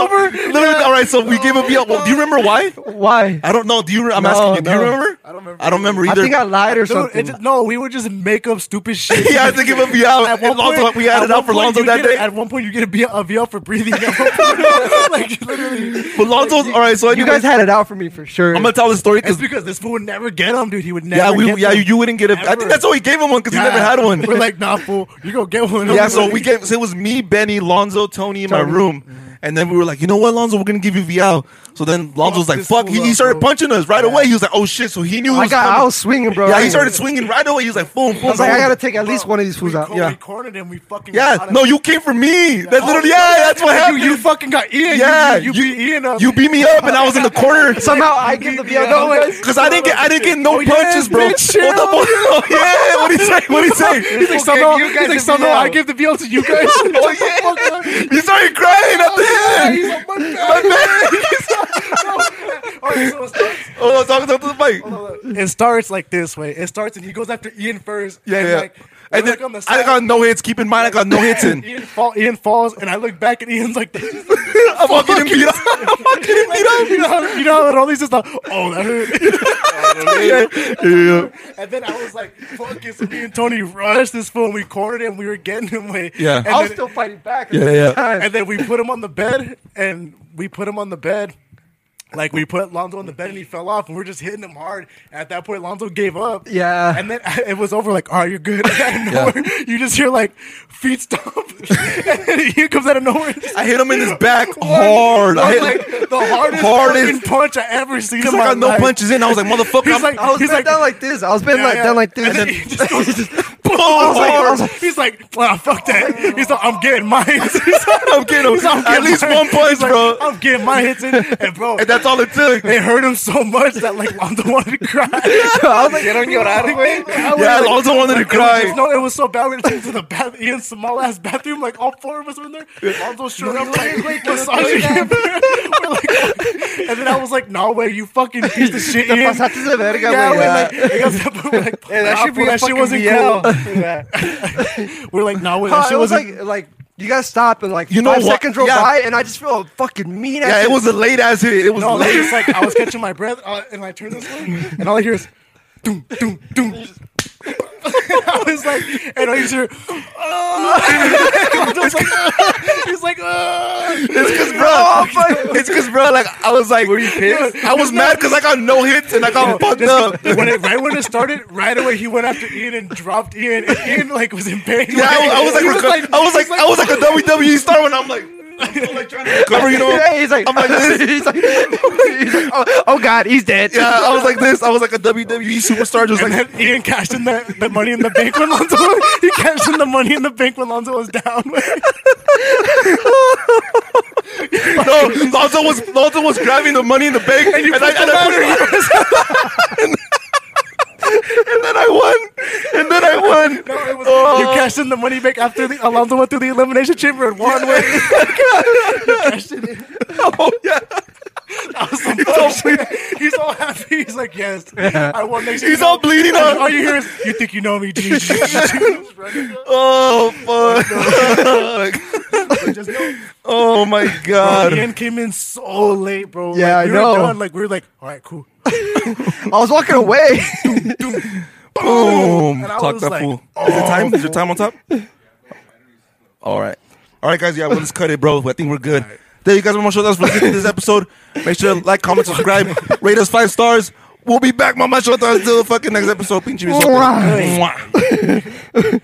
S1: Literally, all right. So we gave a beat. Well, do you remember why?
S3: Why?
S1: I don't know. Do you? re- I'm
S3: No,
S1: asking you. Do you
S3: no.
S1: remember?
S2: I don't remember.
S1: I don't remember
S3: I
S1: either.
S3: think I lied or
S2: Dude,
S3: something.
S2: it just, no, we would just make up stupid shit.
S1: yeah, I think it would be out.
S2: At one
S1: And Lonzo-
S2: point-
S1: we had it
S2: at
S1: out
S2: one
S1: for
S2: point,
S1: Lonzo
S2: you
S1: that
S2: get a-
S1: day.
S2: At one point, you get a B- a VL for breathing. At one point, like literally,
S1: But Lonzo's all right. So
S3: you
S1: anyways,
S3: guys had it out for me for sure.
S1: I'm gonna tell the story
S2: it's
S1: because
S2: because this fool would never get him, dude. He would never.
S1: yeah, we
S2: get
S1: yeah
S2: them.
S1: you, you wouldn't get it. I
S2: Ever.
S1: think that's why we gave him one because he never
S2: Yeah.
S1: had one.
S2: We're like, nah, fool, you gonna get one.
S1: Yeah, so we gave so it was me, Benny, Lonzo, Tony in my
S3: Tony.
S1: room, and then we were like, you know what, Lonzo, we're gonna give you VL. So then Lonzo's
S2: Mm-hmm. Fuck
S1: like,
S2: this
S1: fuck, he,
S2: fool
S1: he
S2: up,
S1: started
S2: bro.
S1: punching us right away. He was like, oh shit, so he knew. it
S3: I
S1: was
S3: got.
S1: coming.
S3: I was swinging, bro.
S1: Yeah, he started swinging right away. He was like, boom, boom.
S3: I was like, I
S1: boom.
S3: gotta take at least one of these fools out.
S2: We
S3: Yeah.
S2: cornered him. We fucking
S1: Yeah,
S2: got him.
S1: no, you came for me. That's
S2: Oh,
S1: literally yeah. That's what happened.
S2: You, you fucking got
S1: Yeah,
S2: Ian. Yeah, you, you, you beat Ian up.
S1: You beat me up, and I was in the corner.
S3: Somehow I give the VL. No,
S2: Yeah.
S3: way.
S1: Cause I didn't get, I didn't get no
S2: Oh, yeah,
S1: punches, bro.
S2: bitch,
S1: What the fuck? Yeah, what he say? What he
S2: He's
S1: say?
S2: like,
S4: Okay,
S2: somehow,
S4: you
S2: he's
S4: guys
S2: like,
S4: have
S2: somehow
S4: VL.
S2: I give the VL to you guys. oh,
S1: He started crying at the end.
S2: He's like, my bad. No. All right, so it starts-
S1: Oh, I
S2: Oh,
S1: was talking to the fight.
S2: It starts like this way. It starts and he goes after Ian first.
S1: Yeah,
S2: and
S1: yeah.
S2: Like,
S1: And
S2: look
S1: then
S2: on the
S1: I
S2: side.
S1: got no hits. Keep in mind, I got no hits in.
S2: Ian, fall, Ian falls, and I look back, and Ian's like, this.
S1: I'm all getting beat up. I'm all getting beat up.
S2: you know, how- you know, how Rolly's just like, oh, that hurt.
S1: Yeah, yeah.
S2: and then I was like, fuck it. So me and Tony rushed this phone. We cornered him. We were getting him away.
S1: Yeah.
S2: And
S3: I was
S2: then-
S3: still fighting back.
S1: Yeah,
S3: at the
S1: yeah.
S3: time.
S2: and then we put him on the bed, and we put him on the bed. Like we put Lonzo on the bed and he fell off, and we're just hitting him hard. At that point, Lonzo gave up.
S3: Yeah.
S2: and then it was over. Like, all right, you're good. Out of nowhere, you just hear like feet stomp. and he comes out of nowhere.
S1: I hit him in his back hard. I hit,
S2: like the hardest,
S1: Hardest-
S2: fucking punch I ever seen.
S1: Cause
S2: in
S1: I
S2: my
S1: got no
S2: life.
S1: punches in. I was like, motherfucker,
S2: He's
S1: I'm
S2: like-
S1: like,
S3: I was
S2: he's
S3: bent
S2: like-
S3: down like this. I was bent
S2: Yeah,
S3: like
S2: yeah.
S3: down like
S2: And
S3: this.
S2: then he just goes-
S1: oh,
S2: I was like- he's like, well, fuck that. He's like, I'm getting my hits. He's like,
S1: I'm getting him.
S2: I'm
S1: At
S2: getting
S1: least
S2: my-
S1: one punch,
S2: he's like,
S1: bro.
S2: I'm getting my hits in, and bro,
S1: and that's all it took.
S2: they hurt him so much that like Lonzo wanted to cry.
S3: I was like,
S4: Quiero llorar, güey.
S1: Yeah, I also wanted to
S2: It was,
S1: cry.
S2: no, it was so bad. We took him to the bath, Ian's small ass bathroom. Like all four of us were in there. Lonzo showed up like, like massaging him. We're like, and then I was like, "No way, you fucking piece of shit,
S3: Te
S2: Ian."
S3: pasaste de verga,
S2: Yeah,
S3: güey.
S2: we're like, I guess that, but we're like,
S4: Yeah, that
S2: nah,
S4: should be
S2: fool,
S4: a
S2: that shit
S4: fucking
S2: wasn't
S4: video.
S2: cool.
S4: Yeah.
S2: We're like, no, wait,
S3: Huh,
S2: that shit
S3: it was
S2: wasn't.
S3: like like you gotta stop and like
S1: You know
S3: five
S1: what?
S3: seconds roll
S1: Yeah.
S3: by and I just feel fucking mean.
S1: Yeah,
S3: after-
S1: it was a late ass hit. It was
S2: no, like,
S1: late.
S2: it's like I was catching my breath, uh, and I turned this way, and all I hear is, doom, doom, doom. I was like, and I just hear, oh. was like, "Ah." he's like, oh.
S1: It's cause bro, it's cause bro. Like I was like, were you
S2: pissed?
S1: I was mad because I got no hits and I got fucked up.
S2: when it, right when it started, right away he went after Ian and dropped Ian, and Ian like was in pain.
S1: Yeah, I was, I was like,
S2: He was
S1: I was like, I was like a WWE star when I'm like, I'm like trying to recover, you know.
S3: Yeah, he's like,
S1: I'm like this.
S3: he's like, he's like, oh, oh god, he's dead.
S1: Yeah, I was like this. I was like a WWE superstar, just
S2: And
S1: like
S2: then Ian cashed in the, the money in the bank when Lonzo he cashed in the money in the bank when Lonzo was down.
S1: no. Lonzo was Lonzo was grabbing the money in the bank, and, I, and I put it and then I won, and then I won.
S2: No, it was, you cashed in the money back after the Alonzo went through the elimination chamber and won. Way.
S1: Oh yeah,
S2: He's all happy. He's like, yes, I won. Next
S1: he's all bleeding
S2: all,
S1: out.
S2: you hear is, you think you know me, G. G, G, G."
S1: Oh fuck!
S2: Just know.
S1: Oh my god!
S2: Ian came in so late, bro.
S3: Yeah, I
S2: like, we
S3: know.
S2: Were done. Like we were like, all right, cool.
S3: I was walking away.
S1: Boom!
S2: And I
S1: Clock
S2: was
S1: that
S2: like,
S1: fool. Is it time? Is your time on top? All right. All right, guys. Yeah, we'll just cut it, bro. I think we're good. There you guys want to show us for listening to this episode. Make sure to like, comment, subscribe, rate us five stars. We'll be back, Mama Shota, until the fucking next episode. Pinch you. Mwah.